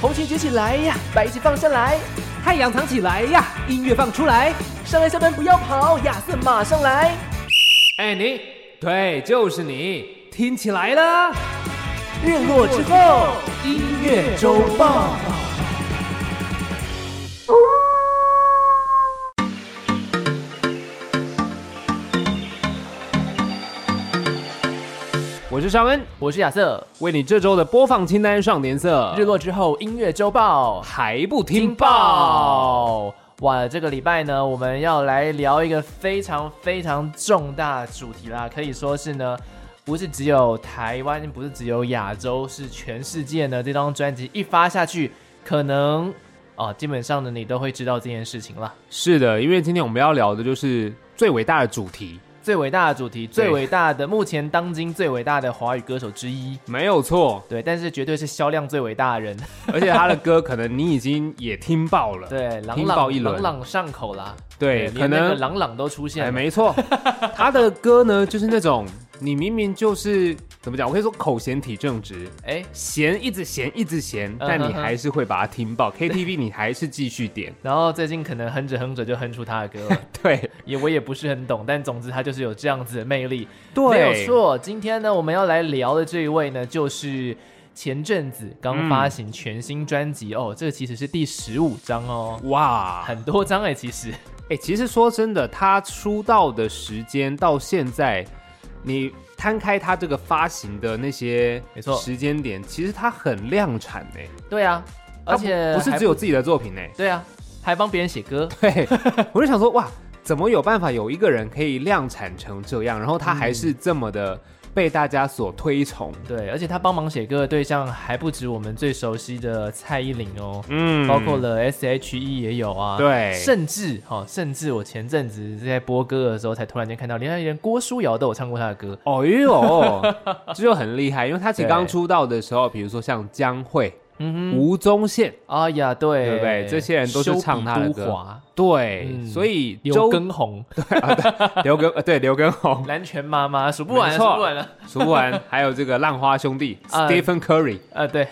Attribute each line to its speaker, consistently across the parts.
Speaker 1: 红裙举起来呀，白旗放下来，
Speaker 2: 太阳藏起来呀，音乐放出来。
Speaker 1: 上来下班不要跑，亚瑟马上来。
Speaker 2: 哎，你，对，就是你，听起来了。
Speaker 1: 日落之后，
Speaker 2: 音乐周报。我是尚恩，
Speaker 1: 我是亚瑟。
Speaker 2: 为你这周的播放清单上点色。
Speaker 1: 日落之后，音乐周报
Speaker 2: 还不听报？！
Speaker 1: 哇，这个礼拜呢，我们要来聊一个非常非常重大的主题啦，可以说是呢，不是只有台湾，不是只有亚洲，是全世界呢。这张专辑一发下去，可能啊、基本上呢，你都会知道这件事情了。
Speaker 2: 是的，因为今天我们要聊的就是最伟大的主题，
Speaker 1: 最伟大的主题，最伟大的，目前当今最伟大的华语歌手之一。
Speaker 2: 没有错。
Speaker 1: 对，但是绝对是销量最伟大的 人，
Speaker 2: 而且他的歌可能你已经也听爆 了，
Speaker 1: 对，朗
Speaker 2: 听爆一
Speaker 1: 朗
Speaker 2: 轮
Speaker 1: 朗朗上口啦，
Speaker 2: 对，可
Speaker 1: 连那个
Speaker 2: 能
Speaker 1: 朗朗都出现
Speaker 2: 哎，
Speaker 1: 了，
Speaker 2: 没错，他的歌呢就是那种你明明就是怎么讲，我可以说口嫌体正直，
Speaker 1: 哎，
Speaker 2: 嫌一直嫌一直嫌，但
Speaker 1: 嗯
Speaker 2: 你
Speaker 1: 哼哼
Speaker 2: 还是会把它 听爆。KTV 你还是继续点，
Speaker 1: 然后最近可能哼着哼着就哼出他的 歌了，
Speaker 2: 对
Speaker 1: 也我也不是很懂，但总之他就是有这样子的魅力，
Speaker 2: 对
Speaker 1: 没有错。今天呢，我们要来聊的这一位呢，就是前阵子刚发行全新专
Speaker 2: 嗯
Speaker 1: 辑、哦，这个其实是第十五张哦，
Speaker 2: 哇，
Speaker 1: 很多张哎、其实
Speaker 2: 哎、其实说真的，他出道的时间到现在，你摊开他这个发行的那些
Speaker 1: 没错
Speaker 2: 时间点，其实他很量产呢、
Speaker 1: 对啊，
Speaker 2: 它
Speaker 1: 而
Speaker 2: 不
Speaker 1: 且
Speaker 2: 不是
Speaker 1: 还
Speaker 2: 只有自己的作品呢、
Speaker 1: 对啊，还帮别人写歌，
Speaker 2: 对，我就想说，哇，怎么有办法有一个人可以量产成这样，然后他
Speaker 1: 嗯
Speaker 2: 还是这么的被大家所推崇？
Speaker 1: 对，而且他帮忙写歌的对象还不止我们最熟悉的蔡依林哦，
Speaker 2: 嗯
Speaker 1: 包括了 S.H.E 也有啊，
Speaker 2: 对
Speaker 1: 甚至哈、哦，甚至我前阵子在播歌的时候，才突然间看到，连连郭书瑶都有唱过他的歌，
Speaker 2: 哦呦，这就很厉害，因为他其实
Speaker 1: 对
Speaker 2: 刚出道的时候，比如说像江蕙、
Speaker 1: 嗯
Speaker 2: 吴宗宪，
Speaker 1: 哼，哎呀，对，
Speaker 2: 对不对这些人都是唱他的歌
Speaker 1: 修比都华
Speaker 2: 对，
Speaker 1: 嗯
Speaker 2: 所以
Speaker 1: 刘畊宏、
Speaker 2: 刘根，呃，对，刘根宏、
Speaker 1: 蓝泉妈妈，数不完
Speaker 2: 没
Speaker 1: 了，
Speaker 2: 错
Speaker 1: 数不完了，
Speaker 2: 苏文，还有这个浪花兄 弟
Speaker 1: 啊
Speaker 2: Stephen Curry，
Speaker 1: 呃， 对，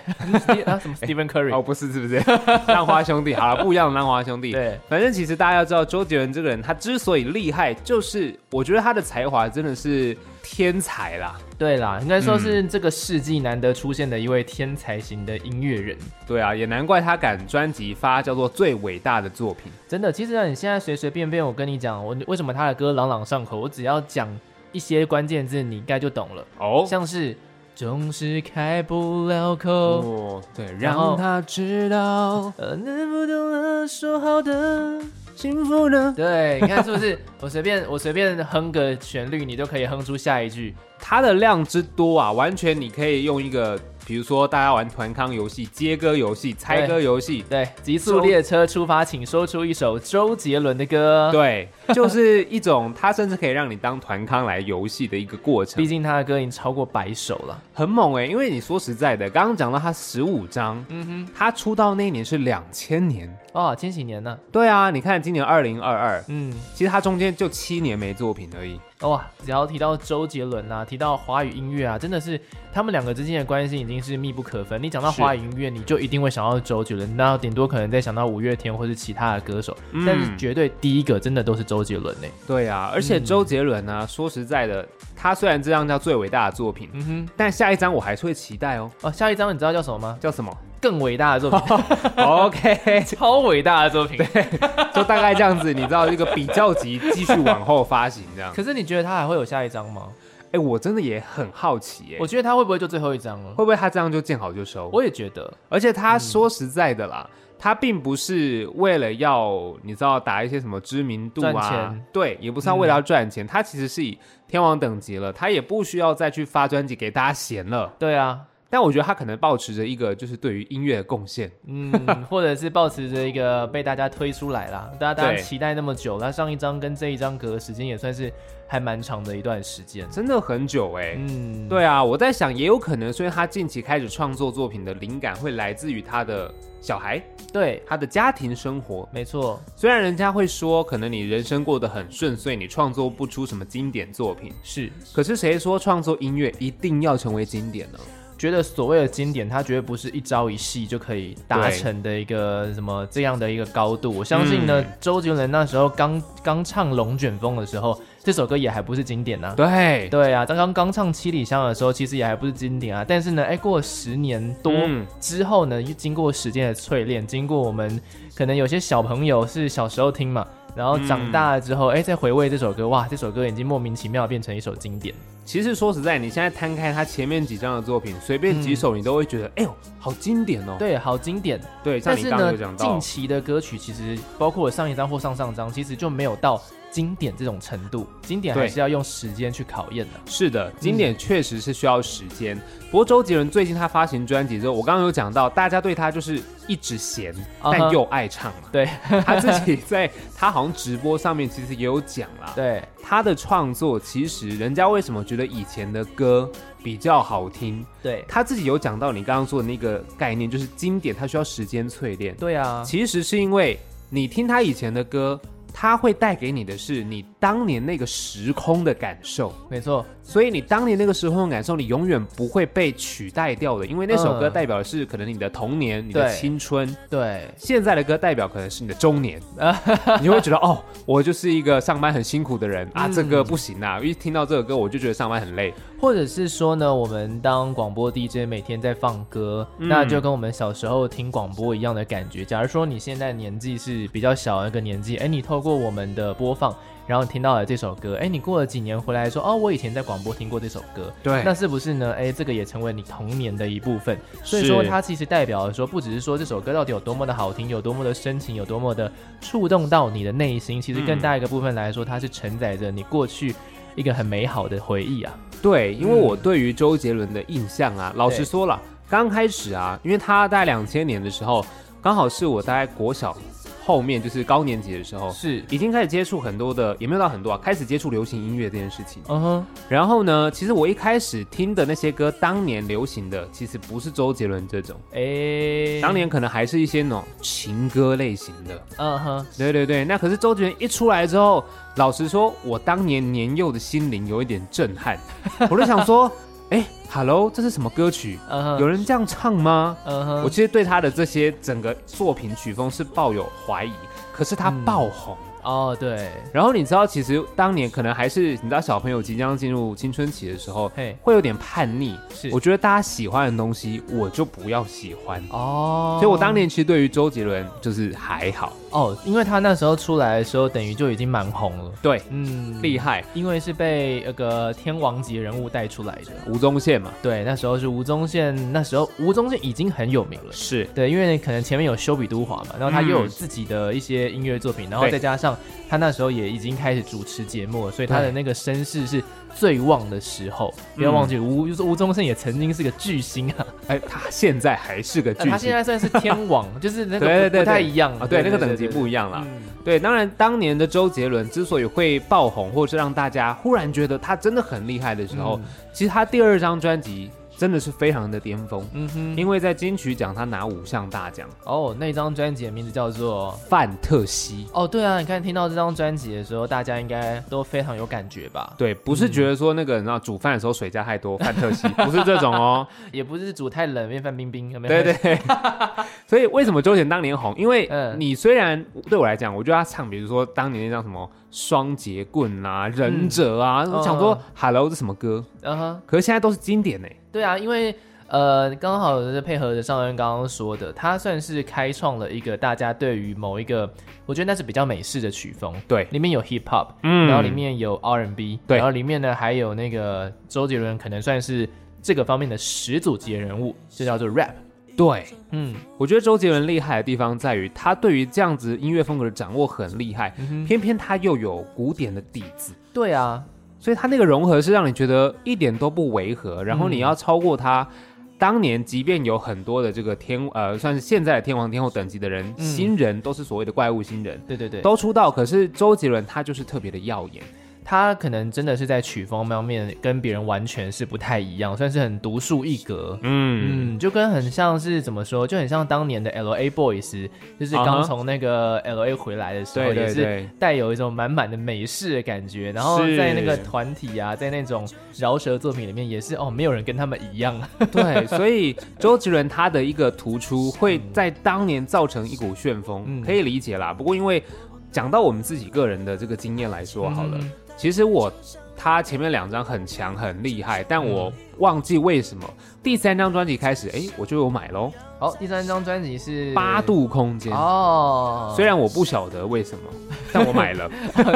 Speaker 1: 啊，什么 Stephen Curry，、
Speaker 2: 哦，不是，是不 是浪花兄弟？好了，不一样的浪花兄 弟。
Speaker 1: 对，
Speaker 2: 反正其实大家要知道，周杰伦这个人，他之所以厉害，就是我觉得他的才华真的是天才啦。
Speaker 1: 对啦，应该说
Speaker 2: 嗯
Speaker 1: 是这个世纪难得出现的一位天才型的音乐人。
Speaker 2: 对啊，也难怪他敢专辑发叫做《最伟大的作品
Speaker 1: 真的，其实啊，你现在随随便便，我跟你讲，我为什么他的歌朗朗上口，我只要讲一些关键字，你应该就懂了。》
Speaker 2: 哦。
Speaker 1: 像是总是开不了口，
Speaker 2: 哦，对，
Speaker 1: 然后
Speaker 2: 让他知道
Speaker 1: 呃，能不懂得说好的。
Speaker 2: 幸福呢。
Speaker 1: 对，你看是不是？ 我随便我随便哼个旋律，你就可以哼出下一句。
Speaker 2: 它的量之多啊，完全你可以用一个，比如说大家玩团康游戏、接歌游戏、猜歌游戏，
Speaker 1: 对，极速
Speaker 2: 周
Speaker 1: 列车出发，请说出一首周杰伦的歌。，
Speaker 2: 对， 就是一种它甚至可以让你当团康来游戏的一个过程
Speaker 1: 毕，竟他的歌已经超过百首了。
Speaker 2: 很猛哎、因为你说实在的，刚刚讲到他十五张，
Speaker 1: 嗯
Speaker 2: 他出道那一年是两千年，
Speaker 1: 哼，哦，千禧年呢？
Speaker 2: 对啊，你看今年二零二二，
Speaker 1: 嗯，
Speaker 2: 其实他中间就七年没作品而已，
Speaker 1: 哇，哦只要提到周杰伦啊，提到华语音乐啊，真的是他们两个之间的关系已经是密不可分。你讲到
Speaker 2: 是
Speaker 1: 华语音乐，你就一定会想到周杰伦，那顶多可能再想到五月天或是其他的歌手，
Speaker 2: 嗯
Speaker 1: 但是绝对第一个真的都是周杰伦呢、
Speaker 2: 对啊，而且周杰伦呢、说实在的，他虽然这张叫最伟大的作品，
Speaker 1: 嗯
Speaker 2: 但下一张我还是会期待哦，
Speaker 1: 哼，哦，下一张你知道叫什么 吗？
Speaker 2: 叫什么
Speaker 1: 更伟大的作品，
Speaker 2: ？OK。
Speaker 1: 超伟大的作品。啊
Speaker 2: 就大概这样子，你知道一个比较级继续往后发行 这样。
Speaker 1: 可是你觉得他还会有下一张吗？
Speaker 2: 哎、我真的也很好奇、哎，
Speaker 1: 我觉得他会不会就最后一张了？
Speaker 2: 会不会他这样就见好就收？
Speaker 1: 我也觉得，
Speaker 2: 而且他说实在的啦，他并不是为了要你知道打一些什么知名度
Speaker 1: 赚
Speaker 2: 啊
Speaker 1: 钱，嗯
Speaker 2: 对，也不是要为了要赚钱，他其实是以天王等级了，他也不需要再去发专辑给大家闲了。
Speaker 1: 对啊，
Speaker 2: 但我觉得他可能保持着一个就是对于音乐的贡献，
Speaker 1: 嗯，或者是抱持着一个被大家推出来啦，大家大家
Speaker 2: 对
Speaker 1: 期待那么久，那上一张跟这一张隔的时间也算是还蛮长的一段时间。
Speaker 2: 真的很久哎、
Speaker 1: 嗯，
Speaker 2: 对啊，我在想，也有可能，所以他近期开始创作作品的灵感会来自于他的小孩，
Speaker 1: 对，
Speaker 2: 他的家庭生活。
Speaker 1: 没错，
Speaker 2: 虽然人家会说，可能你人生过得很顺遂，你创作不出什么经典作品，
Speaker 1: 是。
Speaker 2: 可是谁说创作音乐一定要成为经典呢？
Speaker 1: 觉得所谓的经典，它绝对不是一朝一夕就可以达
Speaker 2: 对
Speaker 1: 成的一个什么这样的一个高度。我相信
Speaker 2: 嗯
Speaker 1: 呢，周杰伦那时候刚刚唱《龙卷风》的时候，这首歌也还不是经典呐、
Speaker 2: 对，
Speaker 1: 对啊，刚刚刚唱《七里香》的时候，其实也还不是经典啊。但是呢，哎，过了十年多
Speaker 2: 嗯
Speaker 1: 之后呢，又经过时间的淬炼，经过我们可能有些小朋友是小时候听嘛，然后长大了之后，哎、再回味这首歌，哇，这首歌已经莫名其妙地变成一首经典。
Speaker 2: 其实说实在，你现在摊开他前面几张的作品，随便
Speaker 1: 嗯
Speaker 2: 几首你都会觉得，哎呦，好经典哦。
Speaker 1: 对，好经典。
Speaker 2: 对，像
Speaker 1: 但
Speaker 2: 你
Speaker 1: 是
Speaker 2: 刚刚
Speaker 1: 呢
Speaker 2: 有讲，到
Speaker 1: 近，期的歌曲其实包括我上一张或上上张，其实就没有到经典这种程度。经典还
Speaker 2: 对
Speaker 1: 是要用时间去考验的。
Speaker 2: 是的，经典确实是需要时间。不过周杰伦最近他发行专辑之后，我刚刚有讲到，大家对他就是一直闲，
Speaker 1: 啊哈
Speaker 2: 但又爱唱嘛。
Speaker 1: 对
Speaker 2: 他自己在他好像直播上面其实也有讲啦，
Speaker 1: 对，
Speaker 2: 他的创作其实人家为什么觉得以前的歌比较好听，
Speaker 1: 对，
Speaker 2: 他自己有讲到你刚刚说的那个概念，就是经典它需要时间淬炼。
Speaker 1: 对啊，
Speaker 2: 其实是因为你听他以前的歌，他会带给你的是你当年那个时空的感受，
Speaker 1: 没错，
Speaker 2: 所以你当年那个时空的感受，你永远不会被取代掉的，因为那首歌
Speaker 1: 嗯
Speaker 2: 代表的是可能你的童年、你的
Speaker 1: 对
Speaker 2: 青春，
Speaker 1: 对。
Speaker 2: 现在的歌代表可能是你的中 年，你就会觉得哦，我就是一个上班很辛苦的人啊，
Speaker 1: 嗯
Speaker 2: 这歌不行啊，一听到这个歌我就觉得上班很累，
Speaker 1: 或者是说呢，我们当广播 DJ 每天在放歌，那就跟我们小时候听广播一样的感觉。假如说你现在年纪是比较小的一个年纪，哎，你透过我们的播放，然后你听到了这首歌，哎，你过了几年回来说，哦，我以前在广播听过这首歌，
Speaker 2: 对
Speaker 1: 那是不是呢？哎，这个也成为你童年的一部分。所以
Speaker 2: 是
Speaker 1: 说，它其实代表了说，不只是说这首歌到底有多么的好听，有多么的深情，有多么的触动到你的内心，其实更大一个部分来说，它是承载着你过去一个很美好的回忆啊。
Speaker 2: 对，因为我对于周杰伦的印象啊，老实
Speaker 1: 对
Speaker 2: 说了，刚开始啊，因为他在两千年的时候，刚好是我大概国小后面就是高年级的时候，
Speaker 1: 是，
Speaker 2: 已经开始接触很多的，也没有到很多啊，开始接触流行音乐这件事情。
Speaker 1: 嗯哼，
Speaker 2: 然后呢，其实我一开始听的那些歌，当年流行的其实不是周杰伦这种，
Speaker 1: 诶，
Speaker 2: 当，年可能还是一些那种情歌类型的。
Speaker 1: 嗯哼，
Speaker 2: 对对对，那可是周杰伦一出来之后，老实说，我当年年幼的心灵有一点 震撼，我就想说，哎，Hello，这是什么歌曲？
Speaker 1: 嗯哼，
Speaker 2: 有，人这样唱吗？
Speaker 1: 嗯哼，
Speaker 2: 我其实对他的这些整个作品曲风是抱有怀疑，可是
Speaker 1: 嗯
Speaker 2: 他爆红。
Speaker 1: 哦，对，
Speaker 2: 然后你知道，其实当年可能还是你知道小朋友即将进入青春期的时候
Speaker 1: 嘿，
Speaker 2: 会有点叛逆。
Speaker 1: 是
Speaker 2: 我觉得大家喜欢的东西，我就不要喜欢。
Speaker 1: 哦，
Speaker 2: 所以我当，年其实对于周杰伦就是还好，
Speaker 1: 哦，因为他那时候出来的时候，等于就已经蛮红了，
Speaker 2: 对，
Speaker 1: 嗯，
Speaker 2: 厉害。
Speaker 1: 因为是被那个天王级人物带出来的。
Speaker 2: 吴宗宪嘛，
Speaker 1: 对，那时候是吴宗宪，那时候吴宗宪已经很有名了。
Speaker 2: 是
Speaker 1: 对，因为可能前面有修比都华嘛，然后他又有
Speaker 2: 嗯
Speaker 1: 自己的一些音乐作品，然后再加上他那时候也已经开始主持节目了，所以他的那个声势是最旺的时候。不要忘记吴吴宗宪也曾经是个巨星啊，
Speaker 2: 哎，他现在还是个巨
Speaker 1: 呃
Speaker 2: 星，
Speaker 1: 他现在算是天 王，就是那个不
Speaker 2: 对对对
Speaker 1: 不太一样
Speaker 2: 啊，对，那个等级不一样
Speaker 1: 样
Speaker 2: 了。对，当然当年的周杰伦之所以会爆红，或是让大家忽然觉得他真的很厉害的时候，
Speaker 1: 嗯
Speaker 2: 其实他第二张专辑真的是非常的巅峰，
Speaker 1: 嗯哼，
Speaker 2: 因为在金曲奖他拿五项大奖，
Speaker 1: 哦，那张专辑的名字叫做。
Speaker 2: 范特西。
Speaker 1: 哦，对啊，你看听到这张专辑的时候，大家应该都非常有感觉吧？
Speaker 2: 对，不是觉得说那个你知道煮饭的时候水加太多，范特 西不是这种哦。
Speaker 1: 也不是煮太冷变范冰冰，有没有？
Speaker 2: 对对， 所以为什么周杰伦当年红？因为
Speaker 1: 嗯
Speaker 2: 你虽然对我来讲，我觉得他唱，比如说当年那张什么双截棍啊、忍者啊，
Speaker 1: 嗯
Speaker 2: 我想说
Speaker 1: 嗯
Speaker 2: Hello 这什么歌？
Speaker 1: 嗯哼，
Speaker 2: 可是现在都是经典呢、
Speaker 1: 对啊，因为呃，刚好是配合着上恩刚刚说的，他算是开创了一个大家对于某一个，我觉得那是比较美式的曲风，
Speaker 2: 对，
Speaker 1: 里面有 hip hop，
Speaker 2: 嗯
Speaker 1: 然后里面有 R&B，
Speaker 2: 对
Speaker 1: 然后里面呢还有那个周杰伦，可能算是这个方面的始祖级的人物，就叫做 rap。
Speaker 2: 对，
Speaker 1: 嗯，
Speaker 2: 我觉得周杰伦厉害的地方在于他对于这样子音乐风格的掌握很厉害，
Speaker 1: 嗯
Speaker 2: 偏偏他又有古典的底子，
Speaker 1: 对啊，
Speaker 2: 所以他那个融合是让你觉得一点都不违和，然后
Speaker 1: 嗯
Speaker 2: 你要超过他。当年即便有很多的这个天呃，算是现在的天王天后等级的人，
Speaker 1: 嗯
Speaker 2: 新人都是所谓的怪物新人，
Speaker 1: 对对对，
Speaker 2: 都出道，可是周杰伦他就是特别的耀眼，
Speaker 1: 他可能真的是在曲风方面跟别人完全是不太一样，算是很独树一格。
Speaker 2: 嗯，
Speaker 1: 嗯，就跟很像是怎么说，就很像当年的 L A Boys，就是
Speaker 2: 啊哈
Speaker 1: 刚从那个 L A 回来的时候
Speaker 2: 对对
Speaker 1: 也是
Speaker 2: 对，
Speaker 1: 带有一种满满的美式的感觉，然后
Speaker 2: 是
Speaker 1: 在那个团体啊，在那种饶舌作品里面也是哦，没有人跟他们一样。
Speaker 2: 对，所以周杰伦他的一个突出会在当年造成一股旋风，
Speaker 1: 嗯
Speaker 2: 可以理解啦。不过因为讲到我们自己个人的这个经验来说好了，
Speaker 1: 嗯
Speaker 2: 其实我他前面两张很强很厉害，但
Speaker 1: 嗯
Speaker 2: 我忘记为什么、第三张专辑开始，哎，我就有买喽，
Speaker 1: 好，第三张专辑是
Speaker 2: 《八度空间》
Speaker 1: 哦，
Speaker 2: 虽然我不晓得为 什么，但我买了。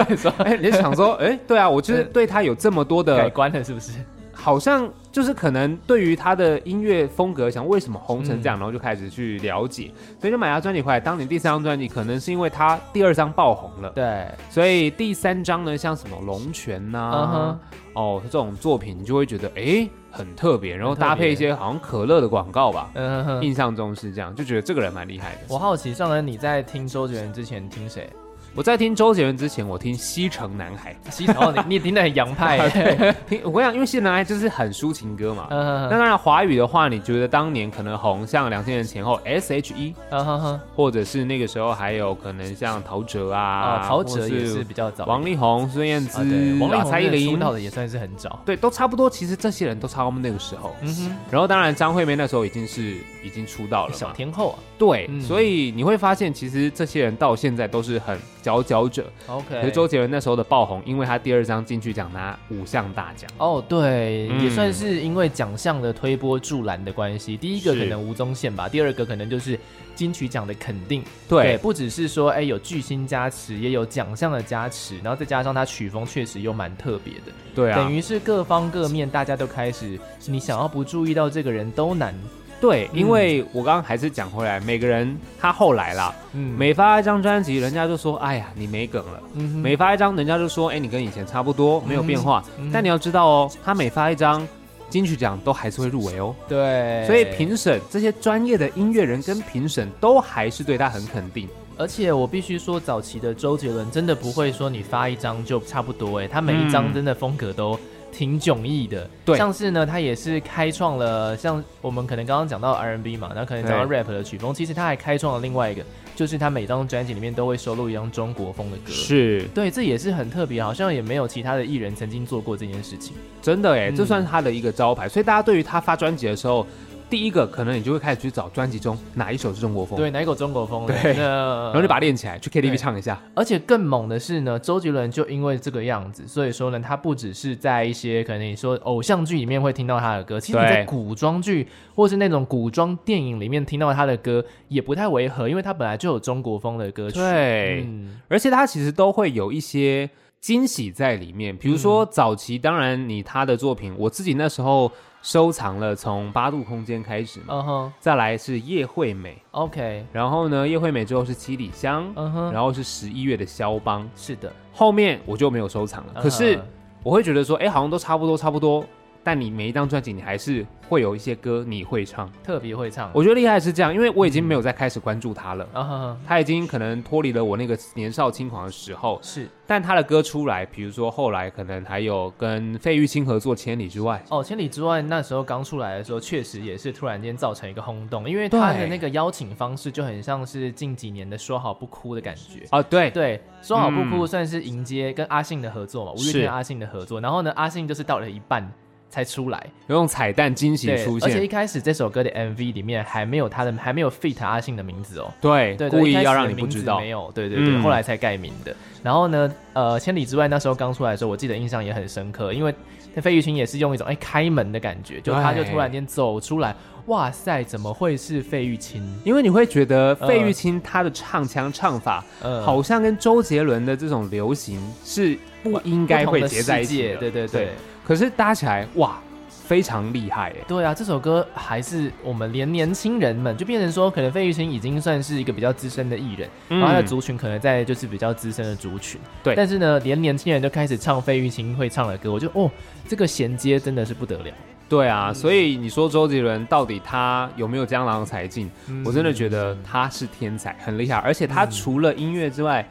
Speaker 1: 你说嗯
Speaker 2: 哎、你想说，哎、 对啊，我就是对他有这么 多
Speaker 1: 改
Speaker 2: 的，
Speaker 1: 观了是不是？
Speaker 2: 好像就是可能对于他的音乐风格，想为什么红成这
Speaker 1: 嗯
Speaker 2: 样，然后就开始去了解，所以就买他专辑回来。当年第三张专辑，可能是因为他第二张爆红了，
Speaker 1: 对，
Speaker 2: 所以第三张呢，像什么龙泉呐、
Speaker 1: 嗯哼
Speaker 2: 哦这种作品，你就会觉得哎、很特别，然后
Speaker 1: 很特别
Speaker 2: 搭配一些好像可乐的广告吧，
Speaker 1: 嗯哼哼。
Speaker 2: 印象中是这样，就觉得这个人蛮厉害的。
Speaker 1: 我好奇，上恩你在听周杰伦之前听谁？
Speaker 2: 我在听周杰伦之前，我听西城男孩。
Speaker 1: 西城，哦，你你听的很洋
Speaker 2: 啊
Speaker 1: 派耶。
Speaker 2: 听我跟你讲，因为西城男孩就是很抒情歌嘛。
Speaker 1: 嗯嗯哼
Speaker 2: 那
Speaker 1: 哼
Speaker 2: 当然，华语的话，你觉得当年可能红，像两千年前后，S.H.E，
Speaker 1: 嗯哼哼。
Speaker 2: 或者是那个时候还有可能像陶喆啊，
Speaker 1: 啊，陶喆也
Speaker 2: 或
Speaker 1: 是比较早。
Speaker 2: 王力宏、孙燕姿、
Speaker 1: 啊，对，王力
Speaker 2: 啊
Speaker 1: 宏
Speaker 2: 蔡依
Speaker 1: 真的
Speaker 2: 林
Speaker 1: 出，道的也算是很早。
Speaker 2: 对，都差不多。其实这些人都差不多那个时候。
Speaker 1: 嗯哼，
Speaker 2: 然后当然，张惠妹那时候已经是已经出道了
Speaker 1: 小
Speaker 2: 嘛，
Speaker 1: 天后啊
Speaker 2: 对，
Speaker 1: 嗯
Speaker 2: 所以你会发现，其实这些人到现在都是很佼佼者。可
Speaker 1: ，OK
Speaker 2: 是。周杰伦那时候的爆红，因为他第二张金曲奖拿五项大奖，
Speaker 1: 哦，对，
Speaker 2: 嗯
Speaker 1: 也算是因为奖项的推波助澜的关系。第一个
Speaker 2: 是
Speaker 1: 可能吴宗宪吧，第二个可能就是金曲奖的肯定。
Speaker 2: 对，
Speaker 1: 不只是说哎有巨星加持，也有奖项的加持，然后再加上他曲风确实又蛮特别的，
Speaker 2: 对啊，
Speaker 1: 等于是各方各面大家都开始，你想要不注意到这个人都难。
Speaker 2: 对，
Speaker 1: 嗯
Speaker 2: 因为我刚刚还是讲回来，每个人他后来啦，
Speaker 1: 嗯
Speaker 2: 每发一张专辑，人家就说，哎呀，你没梗了。
Speaker 1: 嗯哼
Speaker 2: 每发一张，人家就说：“哎、你跟以前差不多，没有变化。
Speaker 1: 嗯
Speaker 2: 但你要知道哦，他每发一张金曲奖都还是会入围哦，
Speaker 1: 对，
Speaker 2: 所以评审这些专业的音乐人跟评审都还是对他很肯定。
Speaker 1: 而且我必须说，早期的周杰伦真的不会说你发一张就差不多、欸，哎，他每一张
Speaker 2: 嗯
Speaker 1: 真的风格都挺迥异的。
Speaker 2: 对
Speaker 1: 像是呢，他也是开创了像我们可能刚刚讲到 R&B 嘛，然后可能讲到
Speaker 2: 对
Speaker 1: rap 的曲风，其实他还开创了另外一个，就是他每张专辑里面都会收录一张中国风的歌。
Speaker 2: 是
Speaker 1: 对，这也是很特别，好像也没有其他的艺人曾经做过这件事情。
Speaker 2: 真的哎，
Speaker 1: 嗯
Speaker 2: 这算是他的一个招牌。所以大家对于他发专辑的时候，第一个可能你就会开始去找专辑中哪一首是中国风，
Speaker 1: 对，哪一口中国风了？
Speaker 2: 对
Speaker 1: 那
Speaker 2: 然后就把它练起来，去
Speaker 1: 对
Speaker 2: KTV 唱一下。
Speaker 1: 而且更猛的是呢，周杰伦就因为这个样子，所以说呢，他不只是在一些可能你说偶像剧里面会听到他的歌，其实你
Speaker 2: 对
Speaker 1: 在古装剧或是那种古装电影里面听到他的歌也不太违和，因为他本来就有中国风的歌曲。
Speaker 2: 对，
Speaker 1: 嗯，
Speaker 2: 而且它其实都会有一些惊喜在里面。比如
Speaker 1: 嗯
Speaker 2: 说早期，当然你他的作品，我自己那时候收藏了，从八度空间开始嘛，
Speaker 1: 嗯哼
Speaker 2: 再来是叶惠美，
Speaker 1: ，OK，
Speaker 2: 然后呢，叶惠美之后是七里香。
Speaker 1: 嗯哼，
Speaker 2: 然后是十一月的肖邦，
Speaker 1: 是的。
Speaker 2: 后面我就没有收
Speaker 1: 嗯
Speaker 2: 藏了。可是我会觉得说，哎，好像都差不多，差不多。但你每一张专辑，你还是会有一些歌你会唱。
Speaker 1: 特别会唱，
Speaker 2: 我觉得厉害是这样，因为我已经没有再开始关注他了，
Speaker 1: 啊哈哈
Speaker 2: 他已经可能脱离了我那个年少轻狂的时候，
Speaker 1: 是
Speaker 2: 但他的歌出来，比如说后来可能还有跟费玉清合作《千里之外
Speaker 1: 哦，《千里之外》那时候刚出来的时候，确实也是突然间造成一个轰动，因为他的
Speaker 2: 对
Speaker 1: 那个邀请方式就很像是近几年的“说好不哭”的感觉。》
Speaker 2: 啊，对，
Speaker 1: 对，说好不哭
Speaker 2: 嗯
Speaker 1: 算是迎接跟阿信的合作嘛，五月
Speaker 2: 是
Speaker 1: 天跟阿信的合作。然后呢，阿信就是到了一半才出来，
Speaker 2: 有种彩蛋惊喜
Speaker 1: 对
Speaker 2: 出，
Speaker 1: 而且一
Speaker 2: 现，
Speaker 1: 开始这首歌的 MV 里面还没有他的，还没有 fit 阿信的名字哦。
Speaker 2: 对，
Speaker 1: 对，对
Speaker 2: 故意
Speaker 1: 一开始
Speaker 2: 要让
Speaker 1: 的
Speaker 2: 你不
Speaker 1: 名
Speaker 2: 知
Speaker 1: 字
Speaker 2: 道
Speaker 1: 没，有，对对对，
Speaker 2: 嗯
Speaker 1: 后来才改名的。然后呢，呃，千里之外那时候刚出来的时候，我记得印象也很深刻，因为费玉清也是用一种哎开门的感觉，就他就
Speaker 2: 对
Speaker 1: 突然间走出来，哇塞，怎么会是费玉清？
Speaker 2: 因为你会觉得费玉清他的唱腔唱法
Speaker 1: 嗯，
Speaker 2: 好像跟周杰伦的这种流行是不应该会结在一起
Speaker 1: 不
Speaker 2: 的，
Speaker 1: 同的世界对对对。
Speaker 2: 可是搭起来哇，非常厉害哎，
Speaker 1: 对啊，这首歌还是我们连年轻人们就变成说，可能费玉清已经算是一个比较资深的艺人，
Speaker 2: 嗯
Speaker 1: 然后他的族群可能在就是比较资深的族群。
Speaker 2: 对
Speaker 1: 但是呢，连年轻人都开始唱费玉清会唱的歌，我就哦，这个衔接真的是不得了。
Speaker 2: 对啊，所以你说周杰伦到底他有没有江郎才尽？我真的觉得他是天才，很厉害，而且他除了音乐之外，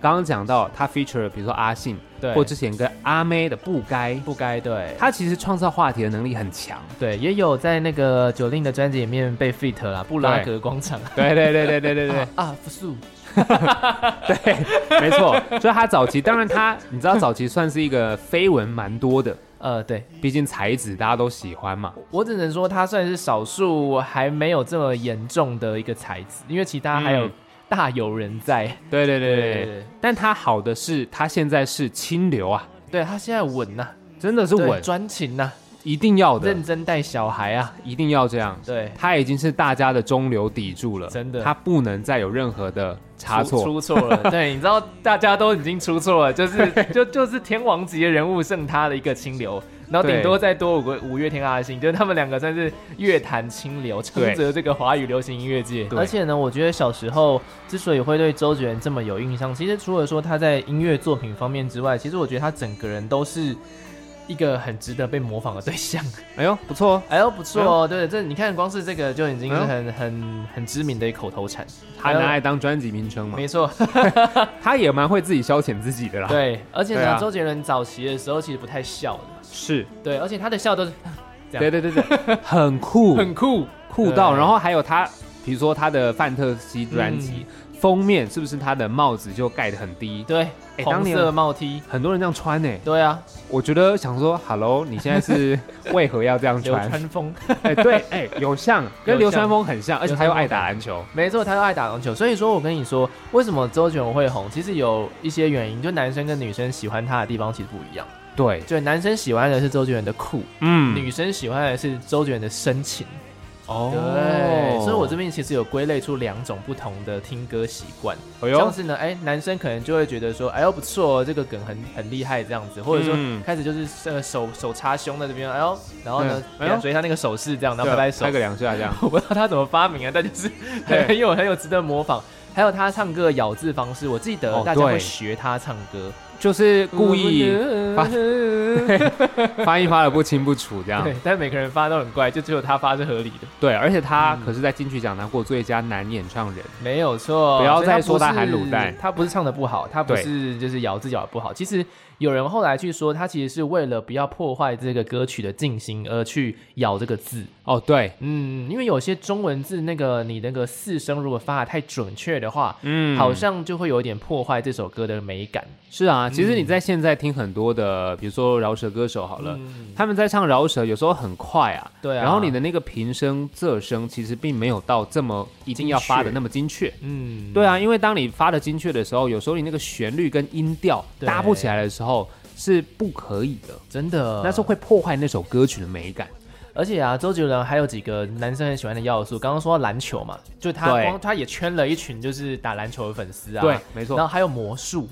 Speaker 2: 刚刚讲到他 feature，比如说阿信，
Speaker 1: 对，
Speaker 2: 或之前跟阿妹的不该，
Speaker 1: 不该对，
Speaker 2: 他其实创造话题的能力很强。
Speaker 1: 对，也有在那个九令的专辑里面被 fit 啦，布拉格广 场
Speaker 2: 对对对对对对对
Speaker 1: 啊，不素，
Speaker 2: 对，没错。所以他早期，当然他，你知道早期算是一个绯闻蛮多的，
Speaker 1: 呃，对
Speaker 2: 毕竟才子大家都喜欢嘛。
Speaker 1: 我只能说他算是少数还没有这么严重的一个才子，因为其他还有
Speaker 2: 嗯
Speaker 1: 大有人在。
Speaker 2: 对对对对
Speaker 1: 对
Speaker 2: 对。
Speaker 1: 对
Speaker 2: 但他好的是，他现在是清流啊，
Speaker 1: 对他现在稳呐、
Speaker 2: 真的是
Speaker 1: 对
Speaker 2: 稳，
Speaker 1: 专情呐、
Speaker 2: 一定要的
Speaker 1: 认，真带小孩啊，
Speaker 2: 一定要这样。
Speaker 1: 对，
Speaker 2: 他已经是大家的中流砥柱了，
Speaker 1: 真的
Speaker 2: 他不能再有任何的差
Speaker 1: 出
Speaker 2: 错。
Speaker 1: 出错 了。对，你知道大家都已经出错了，就是就就是天王级的人物剩他的一个清流，然后
Speaker 2: 对
Speaker 1: 顶多再多五个五月天阿信，就是他们两个算是乐坛清流，
Speaker 2: 对
Speaker 1: 撑着这个华语流行音乐界。
Speaker 2: 对
Speaker 1: 而且呢，我觉得小时候之所以会对周杰伦这么有印象，其实除了说他在音乐作品方面之外，其实我觉得他整个人都是。一个很值得被模仿的对象，
Speaker 2: 哎呦，不错哦，
Speaker 1: 哎呦不错哦，对，这你看光是这个就已经是
Speaker 2: 哎呦
Speaker 1: 很、很很知名的一口头禅，
Speaker 2: 他拿来当专辑名称嘛，
Speaker 1: 没 错，
Speaker 2: 他也蛮会自己消遣自己的啦。，
Speaker 1: 对，而且
Speaker 2: 对
Speaker 1: 呢，
Speaker 2: 嗯啊
Speaker 1: 周杰伦早期的时候其实不太笑的，
Speaker 2: 是，
Speaker 1: 对，而且他的笑都是这样
Speaker 2: 对对对 对，很酷，
Speaker 1: 很酷，
Speaker 2: 酷到。
Speaker 1: 对
Speaker 2: 然后还有他，比如说他的范特西专辑、封面，是不是他的帽子就盖得很低？
Speaker 1: 嗯对，
Speaker 2: 哎当
Speaker 1: 红
Speaker 2: 年
Speaker 1: 色帽 T，
Speaker 2: 很多人这样穿呢、欸
Speaker 1: 对啊，
Speaker 2: 我觉得想说，Hello，你现 在是为何要这样
Speaker 1: 流
Speaker 2: 穿？
Speaker 1: 川枫，
Speaker 2: 哎、对，哎、有像，跟
Speaker 1: 有
Speaker 2: 流川
Speaker 1: 像
Speaker 2: 枫很像，而且他又
Speaker 1: 流川枫
Speaker 2: 爱打篮球。
Speaker 1: 没错，他都爱打篮球，所以说我跟你说，为什么周杰伦会红，其实有一些原因，就男生跟女生喜欢他的地方其实不一样，
Speaker 2: 对，
Speaker 1: 就男生喜欢的是周杰伦的酷，
Speaker 2: 嗯，
Speaker 1: 女生喜欢的是周杰伦的深情，
Speaker 2: 哦
Speaker 1: 对，所以我这边其实有归类出两种不同的听歌习惯。像
Speaker 2: 哎呦，
Speaker 1: 是呢，哎，男生可能就会觉得说，哎呦不错哦，这个梗很很厉害这样子，或者说
Speaker 2: 嗯
Speaker 1: 开始就是呃手手插胸的这边，哎呦，然后呢
Speaker 2: 嗯，哎
Speaker 1: 哎
Speaker 2: 呦
Speaker 1: 呦，所以他那个手势这样，然后
Speaker 2: 对啊
Speaker 1: 拍拍手
Speaker 2: 拍，个两下这样。
Speaker 1: 我不知道他怎么发明啊，但就是
Speaker 2: 对
Speaker 1: 很有很有值得模仿。还有他唱歌的咬字方式，我记
Speaker 2: 哦
Speaker 1: 得大家会
Speaker 2: 对
Speaker 1: 学他唱歌，
Speaker 2: 就是故意 发
Speaker 1: 对，
Speaker 2: 发音发的不清不楚这样。
Speaker 1: 但每个人发都很怪，就只有他发是合理的，
Speaker 2: 对，而且他
Speaker 1: 嗯
Speaker 2: 可是在金曲奖拿过最佳男演唱人。
Speaker 1: 没有错。
Speaker 2: 不要
Speaker 1: 所以
Speaker 2: 再说
Speaker 1: 他
Speaker 2: 他
Speaker 1: 不
Speaker 2: 含
Speaker 1: 是
Speaker 2: 卤蛋
Speaker 1: 他不是唱的不好，他不
Speaker 2: 对
Speaker 1: 是就是咬字咬的不好。其实有人后来去说，他其实是为了不要破坏这个歌曲的进行而去咬这个字。
Speaker 2: 哦，对，
Speaker 1: 嗯，因为有些中文字那个你那个四声如果发的太准确的话，
Speaker 2: 嗯
Speaker 1: 好像就会有一点破坏这首歌的美感。
Speaker 2: 是啊。其实你在现在听很多的，比如说饶舌歌手好了，
Speaker 1: 嗯，
Speaker 2: 他们在唱饶舌有时候很快啊，
Speaker 1: 对啊。
Speaker 2: 然后你的，那个平声、仄声其实并没有到这么一定要发的那么精确。
Speaker 1: 嗯，
Speaker 2: 对啊，因为当你发的精确的时候，有时候你那个旋律跟音调
Speaker 1: 对
Speaker 2: 搭不起来的时候是不可以的，
Speaker 1: 真的，
Speaker 2: 那是会破坏那首歌曲的美感。
Speaker 1: 而且啊，周杰伦还有几个男生很喜欢的要素。刚刚说到篮球嘛，就他
Speaker 2: 对
Speaker 1: 光他也圈了一群就是打篮球的粉丝啊。
Speaker 2: 对，没错
Speaker 1: 然。后还有魔术，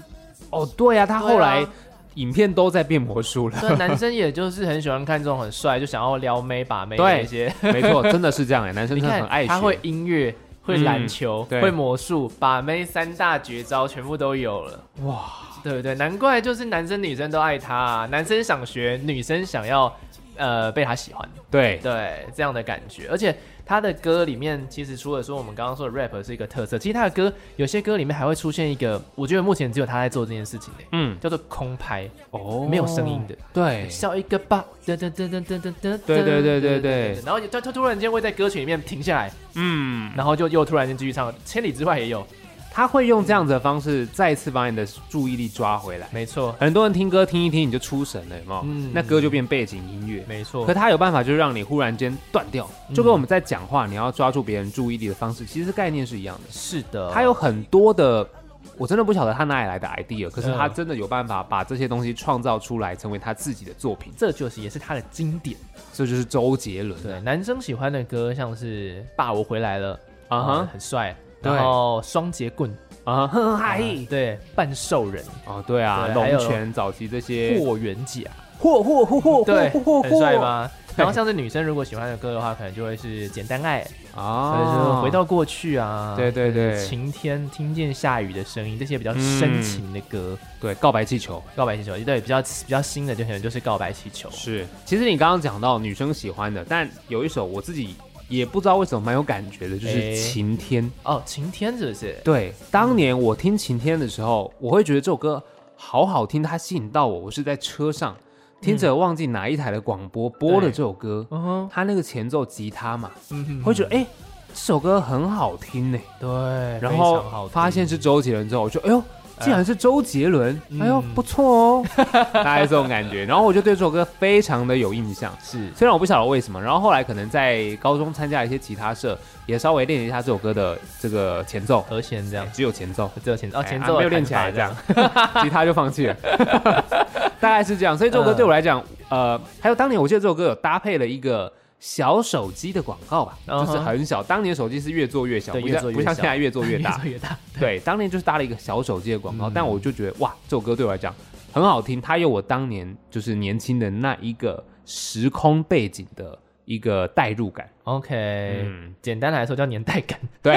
Speaker 2: 哦，对啊，他后来
Speaker 1: 对啊
Speaker 2: 影片都在变 魔术了，
Speaker 1: 所以男生也就是很喜欢看这种很帅，就想要撩妹把妹的
Speaker 2: 对
Speaker 1: 那 些。
Speaker 2: 没错，真的是这样哎，男生
Speaker 1: 你
Speaker 2: 真的很
Speaker 1: 看
Speaker 2: 爱，
Speaker 1: 他会
Speaker 2: 学。嗯
Speaker 1: 音乐，会篮球，
Speaker 2: 对
Speaker 1: 会魔术，把妹三大绝招全部都有了，
Speaker 2: 哇，
Speaker 1: 对不对？难怪就是男生女生都爱他、啊，男生想学，女生想要呃被他喜欢。
Speaker 2: 对，
Speaker 1: 对，这样的感觉。而且他的歌里面，其实除了说我们刚刚说的 rap 是一个特色，其实他的歌有些歌里面还会出现一个，我觉得目前只有他在做这件事情、欸
Speaker 2: 嗯，
Speaker 1: 叫做空拍，
Speaker 2: 哦
Speaker 1: 没有声音的，
Speaker 2: 对，
Speaker 1: 笑一个吧，噔噔噔噔噔噔噔，
Speaker 2: 哎对对对对对
Speaker 1: 然后就他突然间会在歌曲里面停下来，
Speaker 2: 嗯，
Speaker 1: 然后就又突然间继续唱，《千里之外》也有，
Speaker 2: 他会用这样子的方式再次把你的注意力抓回来。
Speaker 1: 没错，
Speaker 2: 很多人听歌听一听你就出神了，有没有？
Speaker 1: 嗯
Speaker 2: 那歌就变背景音乐。
Speaker 1: 没错
Speaker 2: 可，他有办法，就让你忽然间断掉，
Speaker 1: 嗯
Speaker 2: 就跟我们在讲话，你要抓住别人注意力的方式，其实概念是一样的。
Speaker 1: 是的，
Speaker 2: 他有很多的，我真的不晓得他哪里来的 idea，可是
Speaker 1: 嗯
Speaker 2: 他真的有办法把这些东西创造出来，成为他自己的作品。
Speaker 1: 这就是也是他的经典。
Speaker 2: 这就是周杰伦。
Speaker 1: 对，男生喜欢的歌像是《爸我回来了》
Speaker 2: 啊
Speaker 1: 呃
Speaker 2: 哈
Speaker 1: 很帅，
Speaker 2: 对
Speaker 1: 然后双节棍。
Speaker 2: 啊，哼
Speaker 1: 啊
Speaker 2: 嗨，
Speaker 1: 对，半兽人、
Speaker 2: 哦，对啊，
Speaker 1: 对还
Speaker 2: 龙
Speaker 1: 有
Speaker 2: 泉早期这些，
Speaker 1: 霍元甲，哦
Speaker 2: 嚯嚯嚯嚯
Speaker 1: 对，
Speaker 2: 嚯
Speaker 1: 很帅？吧？
Speaker 2: 对
Speaker 1: 然后像是女生如果喜欢的歌的话，可能就会是《简单爱》，或者
Speaker 2: 啊，
Speaker 1: 是回到过去啊，
Speaker 2: 对对对
Speaker 1: 晴天听见下雨的声音，这些比较深情的歌，
Speaker 2: 对告白气球
Speaker 1: 告白气球，对，比较比较新的就可能就是告白气球，
Speaker 2: 是。其实你刚刚讲到女生喜欢的，但有一首我自己也不知道为什么蛮有感觉的，就是
Speaker 1: 哎
Speaker 2: 《晴天》
Speaker 1: 哦，晴天是不是？
Speaker 2: 对，当年我听《晴天》的时候，我会觉得这首歌好好听，它吸引到我。我是在车上听着，忘记哪一台的广播播了
Speaker 1: 对
Speaker 2: 这首歌，
Speaker 1: 嗯哼，
Speaker 2: 它那个前奏吉他嘛，
Speaker 1: 嗯哼，
Speaker 2: 会觉得哎、这首歌很好听呢、
Speaker 1: 对，非
Speaker 2: 然
Speaker 1: 常好
Speaker 2: 后
Speaker 1: 听
Speaker 2: 发现是周杰伦之后，我就哎呦，竟然是周杰伦，哎呦
Speaker 1: 嗯
Speaker 2: 不错 哦，大概这种感觉。然后我就对这首歌非常的有印象，
Speaker 1: 是
Speaker 2: 虽然我不晓得为什么。然后后来可能在高中参加一些吉他社，也稍微练了一下这首歌的这个前奏，
Speaker 1: 和弦这样
Speaker 2: 哎，只有前奏。
Speaker 1: 只有前奏，哦，前
Speaker 2: 哎
Speaker 1: 奏
Speaker 2: 啊没
Speaker 1: 的弹
Speaker 2: 有练起
Speaker 1: 法
Speaker 2: 来这样，， 吉他就放弃了，大概是这样。所以这首
Speaker 1: 嗯
Speaker 2: 歌对我来讲，呃，还有当年我记得这首歌有搭配了一个小手机的广告吧，
Speaker 1: 嗯哼
Speaker 2: 就是很小。当年手机是越做越小，
Speaker 1: 对
Speaker 2: 不
Speaker 1: 越
Speaker 2: 像
Speaker 1: 做越
Speaker 2: 不像
Speaker 1: 小
Speaker 2: 现在越做 越大
Speaker 1: 越。做越大，
Speaker 2: 对，当年就是搭了一个小手机的广告，
Speaker 1: 嗯
Speaker 2: 但我就觉得哇，这首歌对我来讲很好听，它有我当年就是年轻的那一个时空背景的一个代入感。
Speaker 1: OK，
Speaker 2: 嗯，
Speaker 1: 简单来说叫年代感，
Speaker 2: 对，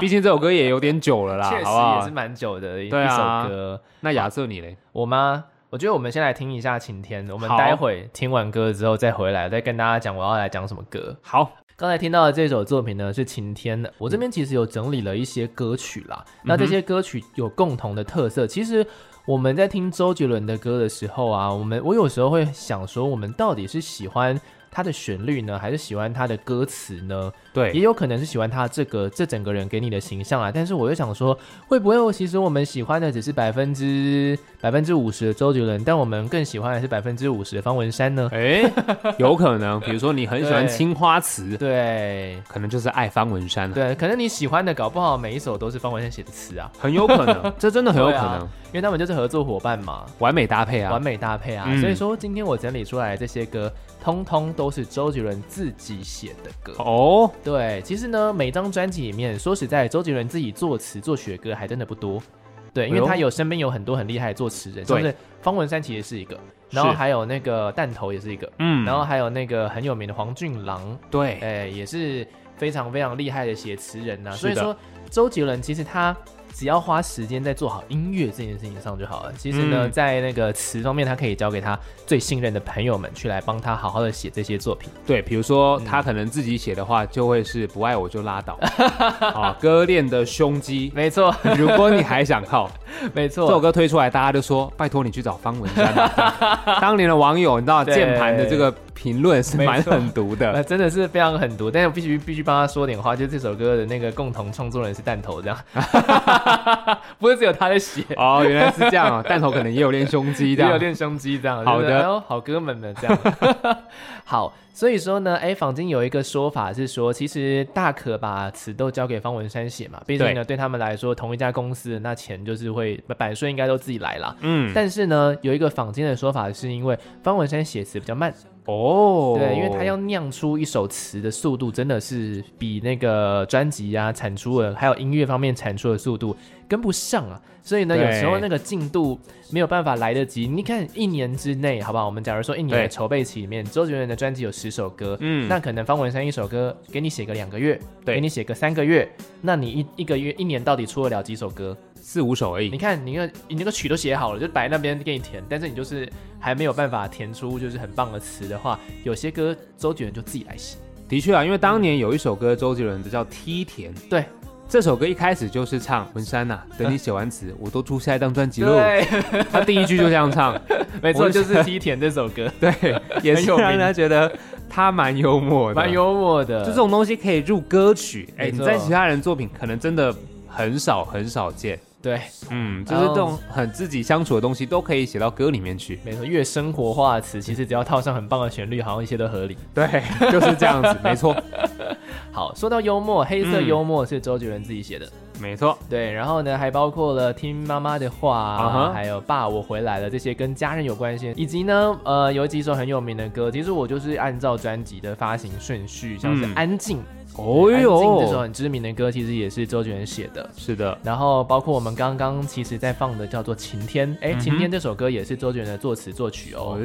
Speaker 2: 毕竟这首歌也有点久了啦，
Speaker 1: 确实
Speaker 2: 好不好
Speaker 1: 也是蛮久的一一
Speaker 2: 对啊
Speaker 1: 首歌。
Speaker 2: 那亚瑟你嘞？
Speaker 1: 我吗？我觉得我们先来听一下《晴天》，我们
Speaker 2: 好
Speaker 1: 待会听完歌之后再回来，再跟大家讲我要来讲什么歌。
Speaker 2: 好，
Speaker 1: 刚才听到的这首作品呢是《晴天》的，我这边其实有整理了一些歌曲啦。那这些歌曲有共同的特色，其实我们在听周杰伦的歌的时候啊，我们我有时候会想说，我们到底是喜欢他的旋律呢，还是喜欢他的歌词呢？也
Speaker 2: 对，
Speaker 1: 有可能是喜欢他这个这整个人给你的形象啊。但是我又想说，会不会其实我们喜欢的只是百分之百分之五十的周杰伦，但我们更喜欢的是百分之五十的方文山呢？
Speaker 2: 哎，有可能，比如说你很喜欢
Speaker 1: 对
Speaker 2: 青花瓷，
Speaker 1: 对
Speaker 2: 可能就是爱方文山 了，
Speaker 1: 对，可能你喜欢的搞不好每一首都是方文山写的词啊，
Speaker 2: 很有 可能，这真的很有可
Speaker 1: 对啊
Speaker 2: 能，
Speaker 1: 因为他们就是合作伙伴嘛。
Speaker 2: 完美搭配啊
Speaker 1: 完。美搭配啊！
Speaker 2: 嗯
Speaker 1: 所以说今天我整理出来的这些歌，通通都是周杰伦自己写的歌。
Speaker 2: 哦，
Speaker 1: 对，其实呢，每张专辑里面，说实在，周杰伦自己作词作曲的歌还真的不多。对，因为
Speaker 2: 哎呦
Speaker 1: 他有身边有很多很厉害的作词人，像
Speaker 2: 对
Speaker 1: 是方文山其实是一个，然后
Speaker 2: 是
Speaker 1: 还有那个弹头也是一个，
Speaker 2: 嗯，
Speaker 1: 然后还有那个很有名的黄俊郎，
Speaker 2: 对，
Speaker 1: 哎，也是非常非常厉害的写词人呐、
Speaker 2: 是
Speaker 1: 所以
Speaker 2: 的
Speaker 1: 说，周杰伦其实他只要花时间在做好音乐这件事情上就好了。其实呢，
Speaker 2: 嗯
Speaker 1: 在那个词方面，他可以交给他最信任的朋友们去来帮他好好的写这些作品。
Speaker 2: 对，比如说他
Speaker 1: 嗯
Speaker 2: 可能自己写的话，就会是不爱我就 拉倒，啊，割裂的胸肌。
Speaker 1: 没错，
Speaker 2: 如果你还想 靠
Speaker 1: 没
Speaker 2: 这
Speaker 1: 错，
Speaker 2: 首歌推出来，大家就说拜托你去找方文山 吧。当年的网友，你知道
Speaker 1: 对
Speaker 2: 键盘的这个评论是蛮
Speaker 1: 没错
Speaker 2: 狠毒
Speaker 1: 呃，
Speaker 2: 的，
Speaker 1: 真的是非常狠毒，但是我必须必须帮他说点话，就是这首歌的那个共同创作人是弹头，这样， 不是只有他在写，
Speaker 2: 哦，原来是 这样哦，弹头可能也有练胸肌
Speaker 1: 也
Speaker 2: 的，
Speaker 1: 有练胸肌这样，
Speaker 2: 好
Speaker 1: 就是
Speaker 2: 的
Speaker 1: 哎呦好哥们们 这样，好，所以说呢，哎，坊间有一个说法是说，其实大可把词都交给方文山写嘛，毕竟呢，对他们来说，同一家公司，那钱就是会版税应该都自己来啦。
Speaker 2: 嗯，
Speaker 1: 但是呢，有一个坊间的说法，是因为方文山写词比较慢，
Speaker 2: 哦，
Speaker 1: 对，因为他要酿出一首词的速度，真的是比那个专辑啊产出的，还有音乐方面产出的速度跟不上啊。所以呢，
Speaker 2: 对
Speaker 1: 有时候那个进度没有办法来得及。你看一年之内，好不好？我们假如说一年的
Speaker 2: 对
Speaker 1: 筹备期里面，周杰伦的专辑有十首歌，
Speaker 2: 嗯
Speaker 1: 那可能方文山一首歌给你写个两个月，
Speaker 2: 对
Speaker 1: 给你写个三个月，那你一一个月一年到底出得了几首歌？
Speaker 2: 四五首而
Speaker 1: 你
Speaker 2: 已，
Speaker 1: 看，你那个你那个曲都写好了，就摆在那边给你填，但是你就是还没有办法填出就是很棒的词的话，有些歌周杰伦就自己来写。
Speaker 2: 的确啊，因为当年有一首歌周杰伦的叫《梯田》，
Speaker 1: 对，嗯
Speaker 2: 这首歌一开始就是唱文山呐、等你写完词，我都出下一张专辑喽。
Speaker 1: 对，
Speaker 2: 他第一句就这样唱，
Speaker 1: 没错，
Speaker 2: 我
Speaker 1: 就
Speaker 2: 就是
Speaker 1: 《梯田》这首 歌，
Speaker 2: 对，也
Speaker 1: 很
Speaker 2: 是
Speaker 1: 有名
Speaker 2: 让人家觉得他蛮幽默的，
Speaker 1: 蛮。幽默的。
Speaker 2: 就这种东西可以入歌曲，哎、
Speaker 1: 没
Speaker 2: 你
Speaker 1: 错
Speaker 2: 在其他人作品可能真的很少很少见。
Speaker 1: 对，
Speaker 2: 嗯，就是这种很自己相处的东西都可以写到歌里面去。
Speaker 1: 没错，越生活化的词，其实只要套上很棒的旋律，好像一切都合理。
Speaker 2: 对，就是这样子，没错，
Speaker 1: 好，说到幽默，黑色
Speaker 2: 嗯
Speaker 1: 幽默是周杰伦自己写的，
Speaker 2: 没错。
Speaker 1: 对，然后呢，还包括了听妈妈的话啊、
Speaker 2: 啊哈
Speaker 1: 还有爸我回来了这些跟家人有关系，以及呢，呃，有几首很有名的歌，其实我就是按照专辑的发行顺序，像是
Speaker 2: 嗯
Speaker 1: 《安静》
Speaker 2: 哦
Speaker 1: 安静这首
Speaker 2: 哟，
Speaker 1: 很知名的歌，其实也是周杰伦写的。
Speaker 2: 是的，
Speaker 1: 然后包括我们刚刚其实在放的叫做《晴天》，哎，《
Speaker 2: 嗯哼
Speaker 1: 晴天》这首歌也是周杰伦的作词作曲哦
Speaker 2: 哦，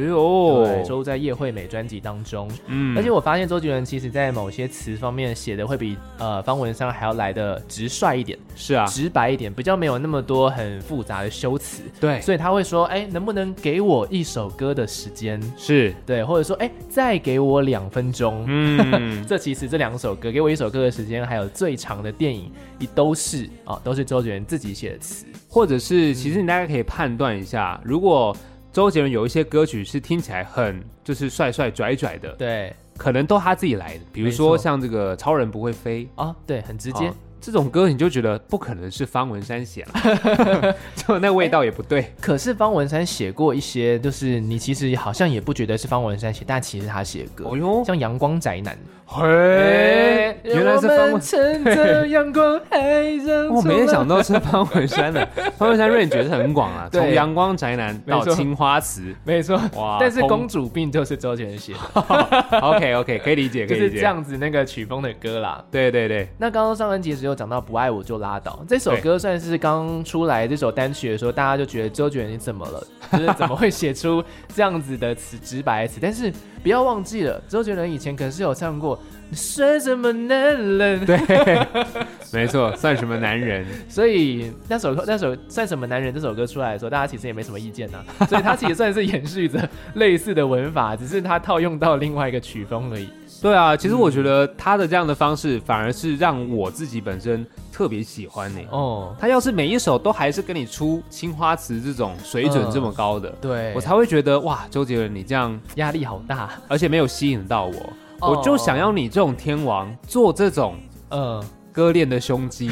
Speaker 1: 对，收
Speaker 2: 哟，
Speaker 1: 录在《叶惠美》专辑当中。
Speaker 2: 嗯
Speaker 1: 而且我发现周杰伦其实在某些词方面写的会比呃方文山还要来的直率一点、
Speaker 2: 是啊，
Speaker 1: 直白一点，比较没有那么多很复杂的修辞，
Speaker 2: 对，
Speaker 1: 所以他会说，哎，能不能给我一首歌的时间？
Speaker 2: 是，
Speaker 1: 对，或者说，哎，再给我两分钟。
Speaker 2: 嗯，
Speaker 1: 这其实这两首歌，给我一首歌的时间，还有最长的电影，也都是啊、都是周杰伦自己写的词。
Speaker 2: 或者是其实你大概可以判断一下，如果周杰伦有一些歌曲是听起来很就是帅帅拽拽的，
Speaker 1: 对
Speaker 2: 可能都他自己来的，比如
Speaker 1: 没
Speaker 2: 说
Speaker 1: 错
Speaker 2: 像这个《超人不会飞》。
Speaker 1: 啊、对，很直接。
Speaker 2: 啊这种歌你就觉得不可能是方文山写了， 就那味道也不对。
Speaker 1: 可是方文山写过一些，就是你其实好像也不觉得是方文山写，但其实他写歌，
Speaker 2: 哦哟
Speaker 1: 像《阳光宅男》
Speaker 2: 嘿，
Speaker 1: 哎，
Speaker 2: 原来是方文，哦
Speaker 1: 乘 着阳光，爱上
Speaker 2: 我没想到是方文山 的。方文山 range 是很广啊，
Speaker 1: 对
Speaker 2: 从阳光宅男到
Speaker 1: 没错
Speaker 2: 青花瓷，
Speaker 1: 没错，
Speaker 2: 哇
Speaker 1: 但是
Speaker 2: 啊通
Speaker 1: 公主病就是周杰伦写的，
Speaker 2: OK OK，可以理解， 可
Speaker 1: 就
Speaker 2: 以理
Speaker 1: 是
Speaker 2: 解。
Speaker 1: 这，样子那个曲风的歌啦。
Speaker 2: 对对 对，
Speaker 1: 那刚刚上恩其实有讲到《不爱我就拉倒》这首歌，算是刚出来这首单曲的时候，大家就觉得周杰伦你怎么了？ 就是怎么会写出这样子的词，直白的词？但是不要忘记了，周杰伦以前可是有唱过“你算什么男人”，对，
Speaker 2: 没错，算什么男人？
Speaker 1: 所以那首那首算什么男人这首歌出来的时候，大家其实也没什么意见呐、啊 所以它其实算是延续着类似的文法，只是它套用到另外一个曲风而已。
Speaker 2: 对啊，其实我觉得他的这样的方式，反而是让我自己本身特别喜欢呢、
Speaker 1: 哦，
Speaker 2: 他要是每一首都还是跟你出青花瓷这种水准
Speaker 1: 嗯
Speaker 2: 这么高的，
Speaker 1: 对，
Speaker 2: 我才会觉得哇，周杰伦你这样，
Speaker 1: 压力好大，
Speaker 2: 而且没有吸引到我，
Speaker 1: 哦
Speaker 2: 我就想要你这种天王做这种。
Speaker 1: 嗯。
Speaker 2: 割裂的 胸肌，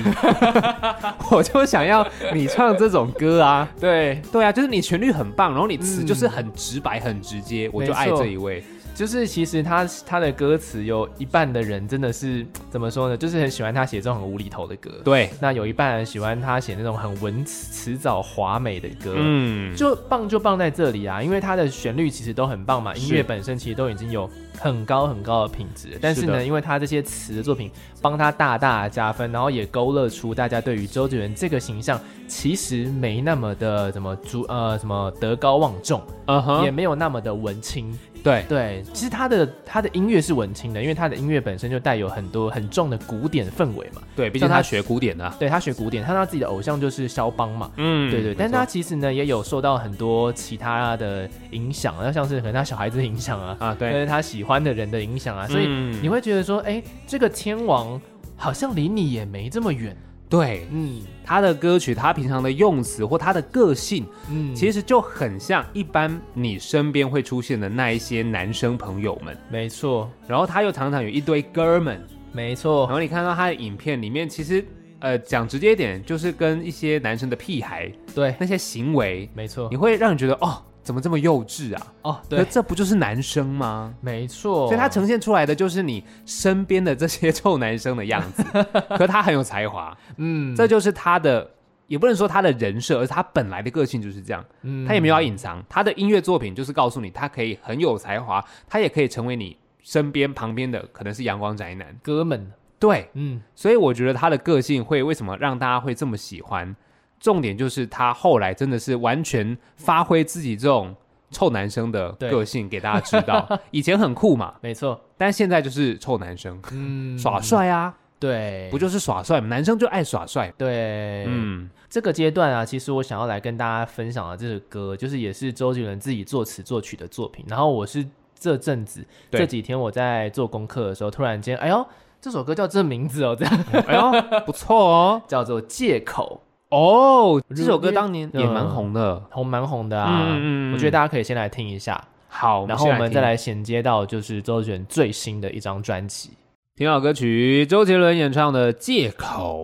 Speaker 2: 我就想要你唱这种歌啊！
Speaker 1: 对，
Speaker 2: 对啊，就是你旋律很棒，然后你词
Speaker 1: 嗯
Speaker 2: 就是很直白、很直接，我就
Speaker 1: 没
Speaker 2: 爱
Speaker 1: 错
Speaker 2: 这一位。
Speaker 1: 就是其实他他的歌词有一半的人真的是怎么说呢？就是很喜欢他写这种很无厘头的歌，
Speaker 2: 对，
Speaker 1: 那有一半人喜欢他写那种很文词藻华美的歌。
Speaker 2: 嗯，
Speaker 1: 就棒就棒在这里啊，因为它的旋律其实都很棒嘛，
Speaker 2: 是
Speaker 1: 音乐本身其实都已经有很高很高的品质，但是呢，
Speaker 2: 的
Speaker 1: 因为他这些词的作品帮他大大地加分，然后也勾勒出大家对于周杰伦这个形象其实没那么的怎么足呃什么德高望重，
Speaker 2: 嗯
Speaker 1: 也
Speaker 2: 哼，
Speaker 1: 没有那么的文青，
Speaker 2: 对，
Speaker 1: 对，其实他的他的音乐是文青的，因为他的音乐本身就带有很多很重的古典氛围嘛。
Speaker 2: 对，毕
Speaker 1: 像
Speaker 2: 竟
Speaker 1: 他
Speaker 2: 他学古典的、啊
Speaker 1: 对他学古典，他他自己的偶像就是肖邦嘛。
Speaker 2: 嗯
Speaker 1: 对对，但他
Speaker 2: 他
Speaker 1: 其实呢也有受到很多其他的影响，那像是可能他小孩子的影响啊，
Speaker 2: 啊，
Speaker 1: 或
Speaker 2: 对，
Speaker 1: 者他喜欢的人的影响啊，所以
Speaker 2: 嗯
Speaker 1: 你会觉得说，哎、这个天王好像离你也没这么远。
Speaker 2: 对
Speaker 1: 嗯
Speaker 2: 他的歌曲，他平常的用词或他的个性，
Speaker 1: 嗯，
Speaker 2: 其实就很像一般你身边会出现的那一些男生朋友们。
Speaker 1: 没错
Speaker 2: 然后他又常常有一堆哥们，
Speaker 1: 没
Speaker 2: 然
Speaker 1: 错，
Speaker 2: 后你看到他的影片里面，其实呃讲直接一点，就是跟一些男生的屁孩
Speaker 1: 对，
Speaker 2: 那些行为，
Speaker 1: 没错
Speaker 2: 你会让你觉得哦，怎么这么幼稚啊？
Speaker 1: 哦
Speaker 2: 可
Speaker 1: 对，
Speaker 2: 这不就是男生吗？
Speaker 1: 没错，
Speaker 2: 所以他呈现出来的就是你身边的这些臭男生的样 子，可他很有才华，
Speaker 1: 嗯
Speaker 2: 这就是他的，也不能说他的人设，而是他本来的个性就是这样，
Speaker 1: 嗯
Speaker 2: 他也没有要隐藏，他的音乐作品就是告诉你，他可以很有才华，他也可以成为你身边旁边的可能是阳光宅男，
Speaker 1: 哥们，
Speaker 2: 对，
Speaker 1: 嗯
Speaker 2: 所以我觉得他的个性会为什么让大家会这么喜欢，重点就是他后来真的是完全发挥自己这种。臭男生的
Speaker 1: 对
Speaker 2: 个性给大家知道，以前很酷嘛，
Speaker 1: 没错，
Speaker 2: 但现在就是臭男生，
Speaker 1: 嗯哎
Speaker 2: 耍帅啊，
Speaker 1: 对，
Speaker 2: 不就是耍帅吗？男生就爱耍帅。
Speaker 1: 对，嗯，
Speaker 2: 嗯，
Speaker 1: 这个阶段啊，其实我想要来跟大家分享的这首歌，就是也是周杰伦自己作词作曲的作品。然后我是这阵子
Speaker 2: 对
Speaker 1: 这几天我在做功课的时候，突然间，哎呦，这首歌叫这名字哦，这样
Speaker 2: 哎呦，不错 哦。
Speaker 1: 叫做《借口
Speaker 2: 哦，
Speaker 1: 如
Speaker 2: 这首歌当年也蛮红的》，。
Speaker 1: 红蛮红的啊，
Speaker 2: 嗯嗯嗯
Speaker 1: 我觉得大家可以先来听一下，
Speaker 2: 好，
Speaker 1: 然后我们再
Speaker 2: 来
Speaker 1: 来衔接到就是周杰伦最新的一张专辑。
Speaker 2: 听听好歌曲，周杰伦演唱的《借口》。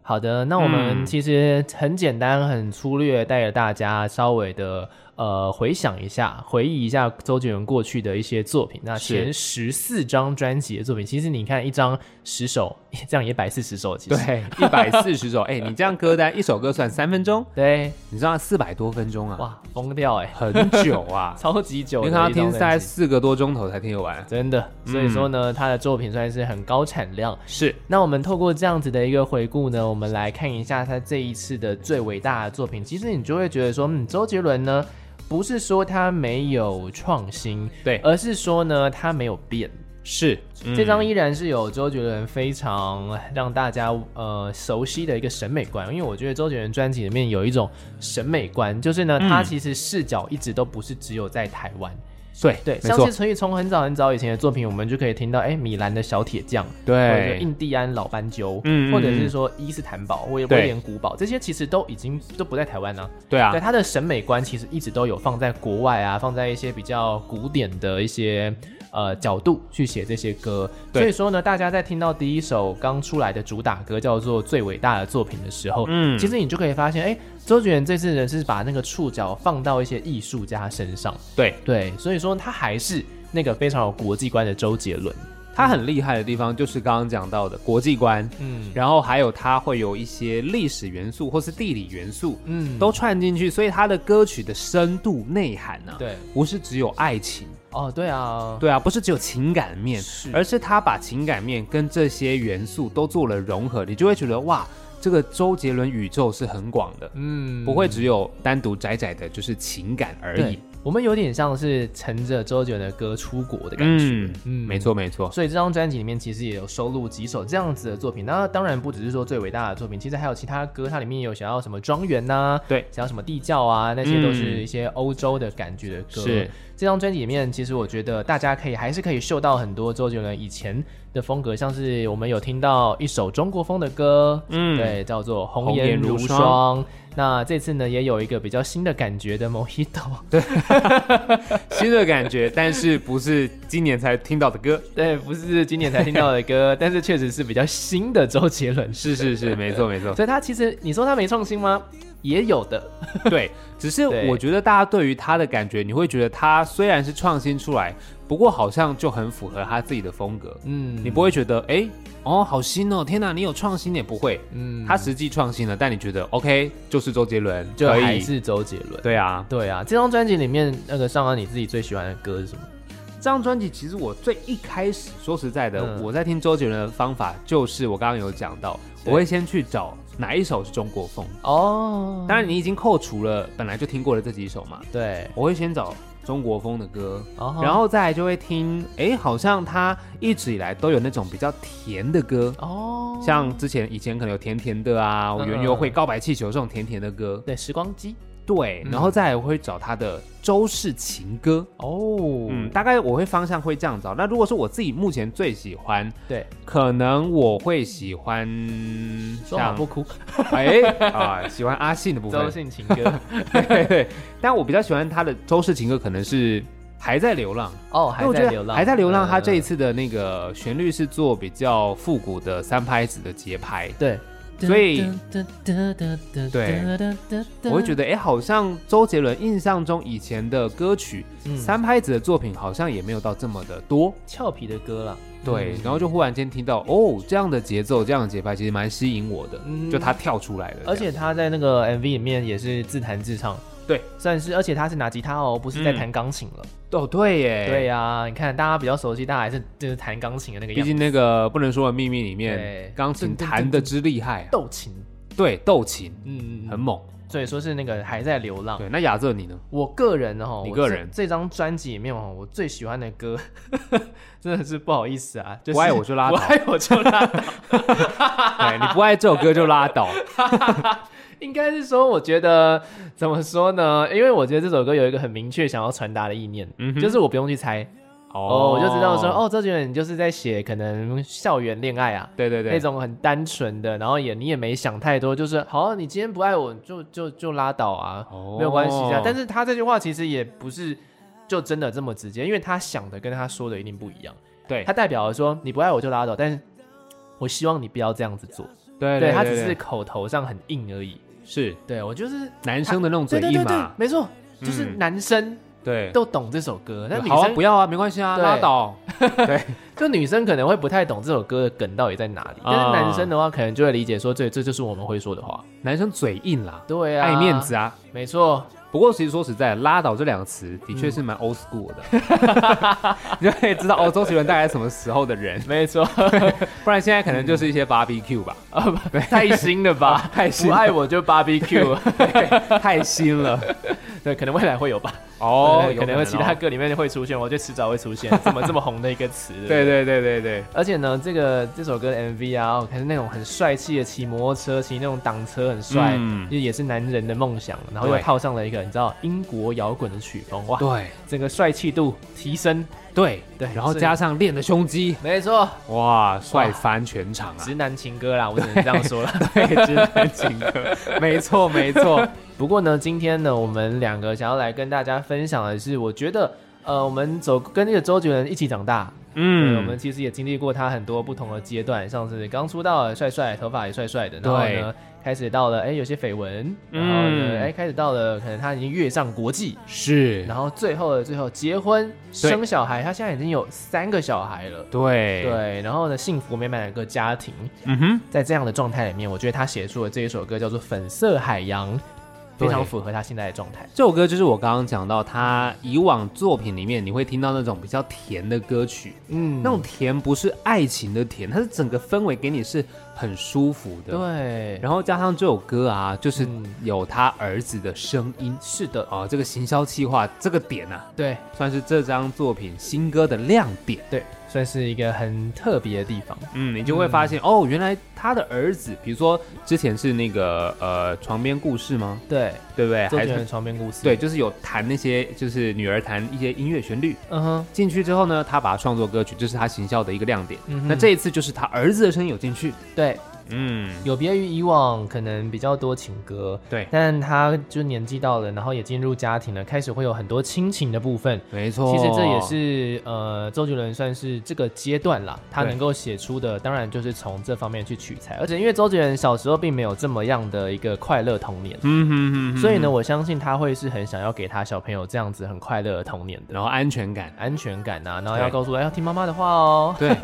Speaker 1: 好的，那我们
Speaker 2: 嗯
Speaker 1: 其实很简单、很粗略，带着大家稍微的呃回想一下，回忆一下周杰伦过去的一些作品。那
Speaker 2: 是
Speaker 1: 前十四张专辑的作品，其实你看一张十首，这样也百四十首，其实
Speaker 2: 对， 一百四十首，哎、你这样歌单一首歌算三分钟，
Speaker 1: 对，
Speaker 2: 你知道四百多分钟啊，
Speaker 1: 哇，疯掉哎、，
Speaker 2: 很久啊
Speaker 1: 超级久
Speaker 2: 你
Speaker 1: 的一
Speaker 2: 看
Speaker 1: 张专
Speaker 2: 他
Speaker 1: 辑，
Speaker 2: 听大概四个多钟头才听得完，
Speaker 1: 真的，所以说
Speaker 2: 嗯
Speaker 1: 呢，他的作品算是很高产量。
Speaker 2: 是
Speaker 1: 那我们透过这样子的一个回顾呢，我们来看一下他这一次的最伟大的作品。其实你就会觉得说，嗯，周杰伦呢，不是说他没有创新，
Speaker 2: 对，
Speaker 1: 而是说呢，他没有变。
Speaker 2: 是、嗯
Speaker 1: 这张依然是有周杰伦非常让大家呃熟悉的一个审美观，因为我觉得周杰伦专辑里面有一种审美观，就是呢，
Speaker 2: 嗯
Speaker 1: 他其实视角一直都不是只有在台湾。
Speaker 2: 对
Speaker 1: 对，
Speaker 2: 没
Speaker 1: 像
Speaker 2: 错
Speaker 1: 是，所以从很早很早以前的作品，我们就可以听到，哎，米兰的小铁匠，或者说
Speaker 2: 对，
Speaker 1: 印第安老斑鸠，
Speaker 2: 哎嗯嗯
Speaker 1: 或者是说伊斯坦堡、威
Speaker 2: 对
Speaker 1: 威廉古堡，这些其实都已经都不在台湾了、
Speaker 2: 对啊
Speaker 1: 对，，他的审美观其实一直都有放在国外啊，放在一些比较古典的一些呃角度去写这些歌。
Speaker 2: 对
Speaker 1: 所以说呢，大家在听到第一首刚出来的主打歌叫做《最伟大的作品》的时候，
Speaker 2: 嗯
Speaker 1: 其实你就可以发现，哎，周杰伦这次人是把那个触角放到一些艺术家身上。
Speaker 2: 对。
Speaker 1: 对，所以说他还是那个非常有国际观的周杰伦。
Speaker 2: 他很厉害的地方就是刚刚讲到的国际观，
Speaker 1: 嗯
Speaker 2: 然后还有它会有一些历史元素或是地理元素，
Speaker 1: 嗯，
Speaker 2: 都串进去，所以它的歌曲的深度内涵呢、
Speaker 1: 对，
Speaker 2: 不是只有爱情，
Speaker 1: 哦，对啊，
Speaker 2: 对啊，不是只有情感面，
Speaker 1: 是
Speaker 2: 而是他把情感面跟这些元素都做了融合，你就会觉得哇，这个周杰伦宇宙是很广的，
Speaker 1: 嗯，
Speaker 2: 不会只有单独窄窄的就是情感而
Speaker 1: 对
Speaker 2: 已。，
Speaker 1: 我们有点像是乘着周杰伦的歌出国的感觉。
Speaker 2: 嗯
Speaker 1: 嗯
Speaker 2: 没错没错，
Speaker 1: 所以这张专辑里面其实也有收录几首这样子的作品，那当然不只是说最伟大的作品，其实还有其他歌，它里面有想要什么庄园呐、
Speaker 2: 对
Speaker 1: 想要什么地窖啊，那些都是一些欧洲的感觉的歌。
Speaker 2: 是
Speaker 1: 这张专辑里面，其实我觉得大家可以还是可以嗅到很多周杰伦以前的风格，像是我们有听到一首中国风的歌，
Speaker 2: 嗯
Speaker 1: 对，叫做《红
Speaker 2: 红颜
Speaker 1: 颜如
Speaker 2: 如
Speaker 1: 霜》
Speaker 2: 霜
Speaker 1: 那这次呢，也有一个比较新的感觉的 Mojito，
Speaker 2: 新的感觉，但是不是今年才听到的歌。
Speaker 1: 对，不是今年才听到的歌，但是确实是比较新的周杰伦。
Speaker 2: 是是是，没错没 错，
Speaker 1: 所以他其实你说他没创新吗？也有的，
Speaker 2: 对，只是
Speaker 1: 对
Speaker 2: 我觉得大家对于他的感觉，你会觉得他虽然是创新出来，不过好像就很符合他自己的风格，
Speaker 1: 嗯，
Speaker 2: 你不会觉得哎、哦好新哦，天哪，你有创新也不会，
Speaker 1: 嗯，
Speaker 2: 他实际创新了，但你觉得 OK 就是周杰伦，
Speaker 1: 就
Speaker 2: 可
Speaker 1: 还
Speaker 2: 以，
Speaker 1: 是周杰伦。
Speaker 2: 对啊。
Speaker 1: 对啊，这张专辑里面那个上岸你自己最喜欢的歌是什么？
Speaker 2: 这张专辑其实我最一开始说实在的，
Speaker 1: 嗯
Speaker 2: 我在听周杰伦的方法就是我刚刚有讲到，
Speaker 1: 对
Speaker 2: 我会先去找哪一首是中国风，
Speaker 1: 哦，
Speaker 2: 当然你已经扣除了本来就听过的这几首嘛，
Speaker 1: 对，
Speaker 2: 我会先找中国风的歌，
Speaker 1: 哦
Speaker 2: 然后再来就会听，哎，好像他一直以来都有那种比较甜的歌，
Speaker 1: 哦，
Speaker 2: 像之前以前可能有甜甜的啊，
Speaker 1: 嗯
Speaker 2: 原油会、告白气球这种甜甜的歌，
Speaker 1: 对时光机
Speaker 2: 对，
Speaker 1: 嗯
Speaker 2: 然后再来我会找他的周氏情歌，
Speaker 1: 哦，
Speaker 2: 嗯，大概我会方向会这样找。那如果是我自己目前最喜欢，
Speaker 1: 对，
Speaker 2: 可能我会喜欢
Speaker 1: 说好
Speaker 2: 像
Speaker 1: 不哭，
Speaker 2: 哎啊，喜欢阿信的部分
Speaker 1: 周，信情歌
Speaker 2: 对对，但我比较喜欢他的周氏情歌，可能是还在流浪。
Speaker 1: 哦，
Speaker 2: 因为
Speaker 1: 还
Speaker 2: 我觉
Speaker 1: 在
Speaker 2: 得
Speaker 1: 流浪，嗯
Speaker 2: 还在流浪。他这一
Speaker 1: 次
Speaker 2: 次的那个旋律是做比较复古的三拍子的节拍，
Speaker 1: 呃对，
Speaker 2: 所以对
Speaker 1: 对，
Speaker 2: 我会觉得，哎，好像周杰伦印象中以前的歌曲
Speaker 1: 嗯
Speaker 2: 三拍子的作品好像也没有到这么的多，
Speaker 1: 俏皮的歌啦，
Speaker 2: 对
Speaker 1: 嗯，
Speaker 2: 然后就忽然间听到，哦，这样的节奏，这样的节拍，其实蛮吸引我的
Speaker 1: 嗯，
Speaker 2: 就他跳出来的，
Speaker 1: 而且他在那个 MV 里面也是自弹自唱，
Speaker 2: 对，
Speaker 1: 算是，而且他是拿吉他哦，不是在弹钢琴了。
Speaker 2: 这样哦，嗯对耶，
Speaker 1: 对呀、你看大家比较熟悉，大家还是就是弹钢琴的那个
Speaker 2: 毕
Speaker 1: 样子，
Speaker 2: 竟那个不能说的秘密里
Speaker 1: 对
Speaker 2: 面，钢琴
Speaker 1: 噔噔
Speaker 2: 弹的之厉害啊，
Speaker 1: 斗琴，
Speaker 2: 对，斗琴
Speaker 1: 嗯，
Speaker 2: 很猛，
Speaker 1: 所以说是那个还在流浪。
Speaker 2: 对，那亚瑟你呢？
Speaker 1: 我个人哦，
Speaker 2: 你
Speaker 1: 我
Speaker 2: 个
Speaker 1: 这
Speaker 2: 人
Speaker 1: 这张专辑里面哦，我最喜欢的歌， 真的是不好意思啊，就是、
Speaker 2: 不爱我就拉
Speaker 1: 不
Speaker 2: 倒
Speaker 1: 爱我就拉 倒。
Speaker 2: 哎，你不爱这首歌就拉倒，
Speaker 1: 应该是说，我觉得怎么说呢？因为我觉得这首歌有一个很明确想要传达的意念，
Speaker 2: 嗯哼
Speaker 1: 就是我不用去猜，哦，我就知道说，，哦，周杰伦你就是在写可能校园恋爱啊，
Speaker 2: 对对对，
Speaker 1: 那种很单纯的，然后也你也没想太多，就是好、你今天不爱我就就就拉倒啊，
Speaker 2: 哦
Speaker 1: 没有关系啊。但是他这句话其实也不是就真的这么直接，因为他想的跟他说的一定不一样。
Speaker 2: 对
Speaker 1: 他代表了说你不爱我就拉倒，但是我希望你不要这样子做。
Speaker 2: 对
Speaker 1: 对他只是口头上很硬而已。
Speaker 2: 是
Speaker 1: 对我就是
Speaker 2: 男生的那种
Speaker 1: 对
Speaker 2: 嘴
Speaker 1: 对
Speaker 2: 硬
Speaker 1: 对对
Speaker 2: 嘛，，嗯
Speaker 1: 没错，就是男生
Speaker 2: 对，
Speaker 1: 都懂这首歌，那女
Speaker 2: 好啊，
Speaker 1: 生
Speaker 2: 不要啊，没关系啊，
Speaker 1: 对
Speaker 2: 拉倒。对，
Speaker 1: 就女生可能会不太懂这首歌的梗到底在哪里，但是
Speaker 2: 啊
Speaker 1: 男生的话可能就会理解说，这这就是我们会说的话。
Speaker 2: 男生嘴硬啦，
Speaker 1: 对啊，
Speaker 2: 爱面，子啊。
Speaker 1: 没错，
Speaker 2: 不过其实说实在，拉倒这两个词的确是蛮
Speaker 1: 嗯
Speaker 2: old school 的， 你就可以知道哦，周杰伦大概什么时候的人，
Speaker 1: 没错，
Speaker 2: 不然现在可能就是一些 barbecue 吧，
Speaker 1: 太新了吧？
Speaker 2: 太新
Speaker 1: 不爱我就 barbecue，
Speaker 2: 太新了。
Speaker 1: 对，可能未来会有吧。
Speaker 2: 哦，
Speaker 1: 对
Speaker 2: 有
Speaker 1: 可能会
Speaker 2: 哦
Speaker 1: 其他歌里面会出现，我觉得迟早会出 现。怎么这么红的一个词？不
Speaker 2: 对对对对对，
Speaker 1: 而且呢，这个这首歌的 MV 啊，还是那种很帅气的骑摩托车，骑那种挡车很帅，
Speaker 2: 嗯
Speaker 1: 就也是男人的梦想。然后又
Speaker 2: 对
Speaker 1: 套上了一个你知道英国摇滚的曲风，哇，
Speaker 2: 对
Speaker 1: 整个帅气度提升。
Speaker 2: 对
Speaker 1: 对
Speaker 2: 然后
Speaker 1: 所以
Speaker 2: 加上练的胸肌，
Speaker 1: 没错，
Speaker 2: 哇，帅翻全场啊！
Speaker 1: 直男情歌啦，我只能这样说了。
Speaker 2: 对，直男情歌， 没错没 错，
Speaker 1: 不过呢，今天呢，我们两个想要来跟大家分享的是，我觉得呃，我们走跟这个周杰伦一起长大，嗯，我们其实也经历过他很多不同的阶段，像是刚出道帅帅，头发也帅帅的，然后
Speaker 2: 对
Speaker 1: 呢开始到了哎有些绯闻，然后呢
Speaker 2: 嗯
Speaker 1: 哎开始到了可能他已经跃上国际，
Speaker 2: 是
Speaker 1: 然后最后的最后结婚生小孩，他现在已经有三个小孩了。
Speaker 2: 对，
Speaker 1: 对，然后呢，幸福美满的一个家庭，
Speaker 2: 嗯哼，
Speaker 1: 在这样的状态里面，我觉得他写出了这一首歌叫做《粉色海洋》，非
Speaker 2: 对
Speaker 1: 常符合他现在的状态。
Speaker 2: 这首歌就是我刚刚讲到，他以往作品里面你会听到那种比较甜的歌曲，
Speaker 1: 嗯
Speaker 2: 那种甜不是爱情的甜，它是整个氛围给你是很舒服的。，
Speaker 1: 对，
Speaker 2: 然后加上这首歌啊，就是
Speaker 1: 嗯
Speaker 2: 有他儿子的声音。
Speaker 1: 是的，
Speaker 2: 哦，这个行销企划这个点啊，
Speaker 1: 对
Speaker 2: 算是这张作品新歌的亮点。
Speaker 1: 对，算是一个很特别的地方。
Speaker 2: 嗯，你就会发现、哦，原来他的儿子，比如说之前是那个呃床边故事吗？
Speaker 1: 对，
Speaker 2: 对不对？
Speaker 1: 周
Speaker 2: 还
Speaker 1: 杰伦
Speaker 2: 是
Speaker 1: 床边故事。
Speaker 2: 对，，就是有弹那些就是女儿弹一些音乐旋律。
Speaker 1: 嗯哼，
Speaker 2: 进去之后呢，他把它创作歌曲，这是他行销的一个亮点。
Speaker 1: 嗯哼
Speaker 2: 那这一次就是他儿子的声音有进去，
Speaker 1: 对，
Speaker 2: 嗯，
Speaker 1: 有别于以往可能比较多情歌，
Speaker 2: 对，
Speaker 1: 但他就年纪到了，然后也进入家庭了，开始会有很多亲情的部分。
Speaker 2: 没错。
Speaker 1: 其实这也是呃，周杰伦算是这个阶段啦，他
Speaker 2: 对
Speaker 1: 能够写出的，当然就是从这方面去取材。而且因为周杰伦小时候并没有这么样的一个快乐童年，
Speaker 2: 嗯哼哼哼
Speaker 1: 所以呢，，我相信他会是很想要给他小朋友这样子很快乐的童年的
Speaker 2: 然后安全感，
Speaker 1: 安全感啊，然后要
Speaker 2: 对
Speaker 1: 告诉他要听妈妈的话哦。
Speaker 2: 对，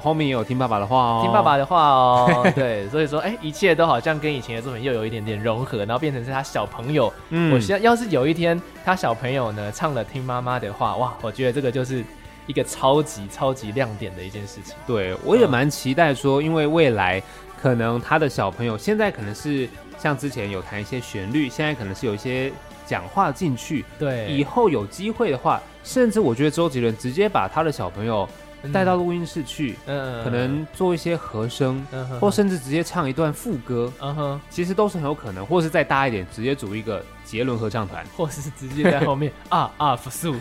Speaker 2: 后面也有听爸爸的话哦，
Speaker 1: 听爸爸的话 哦，对，所以说，哎、一切都好像跟以前的作品又有一点点融合，然后变成是他小朋友。
Speaker 2: 嗯
Speaker 1: 我希要是有一天他小朋友呢唱了听妈妈的话，哇，我觉得这个就是一个超级超级亮点的一件事情。
Speaker 2: 对，我也蛮期待说，因为未来可能他的小朋友现在可能是像之前有弹一些旋律，现在可能是有一些讲话进去，
Speaker 1: 对，
Speaker 2: 以后有机会的话，甚至我觉得周杰伦直接把他的小朋友带到录音室去，
Speaker 1: 嗯
Speaker 2: 可能做一些和声，
Speaker 1: 嗯哼
Speaker 2: 或甚至直接唱一段副歌，
Speaker 1: 嗯哼，
Speaker 2: 其实都是很有可能，或是再大一点，直接组一个杰伦合唱 团，
Speaker 1: 或是直接在后面啊啊复 数，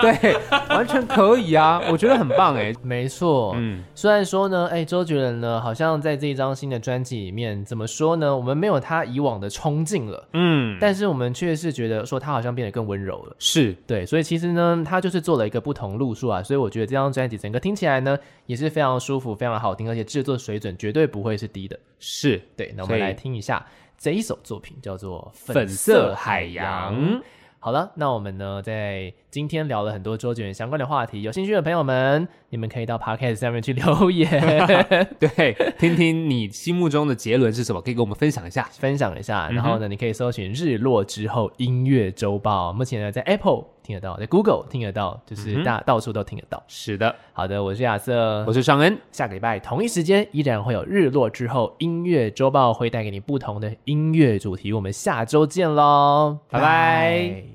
Speaker 2: 对对，完全可以啊，我觉得很棒哎、
Speaker 1: 没错，
Speaker 2: 嗯，
Speaker 1: 虽然说呢，哎，周杰伦呢，好像在这一张新的专辑里面，怎么说呢？我们没有他以往的冲劲了，
Speaker 2: 嗯，
Speaker 1: 但是我们却是觉得说他好像变得更温柔了。
Speaker 2: 是
Speaker 1: 对，所以其实呢，他就是做了一个不同路数啊，所以我觉得这张专辑整个听起来呢也是非常舒服、非常好听，而且制作水准绝对不会是低的。
Speaker 2: 是，
Speaker 1: 对，那我
Speaker 2: 所
Speaker 1: 们
Speaker 2: 以
Speaker 1: 来听一下这一首作品，叫做《
Speaker 2: 粉色海洋。
Speaker 1: 好了，那我们呢，在今天聊了很多周杰伦相关的话题，有兴趣的朋友们，你们可以到 podcast 上面去留言
Speaker 2: 对，听听你心目中的杰伦是什么，可以跟我们分享一下。
Speaker 1: 分享一
Speaker 2: 嗯
Speaker 1: 下。然后呢，你可以搜寻“日落之后音乐周报”，目前呢在 Apple 听得到，在 Google 听得到，就是大、到处都听得到。
Speaker 2: 是的，
Speaker 1: 好的，我是亚瑟
Speaker 2: 嗯我，是尚恩，
Speaker 1: 下个礼拜同一时间依然会有日落之后音乐周报，会带给你不同的音乐主题。我们下周见喽，
Speaker 2: 拜拜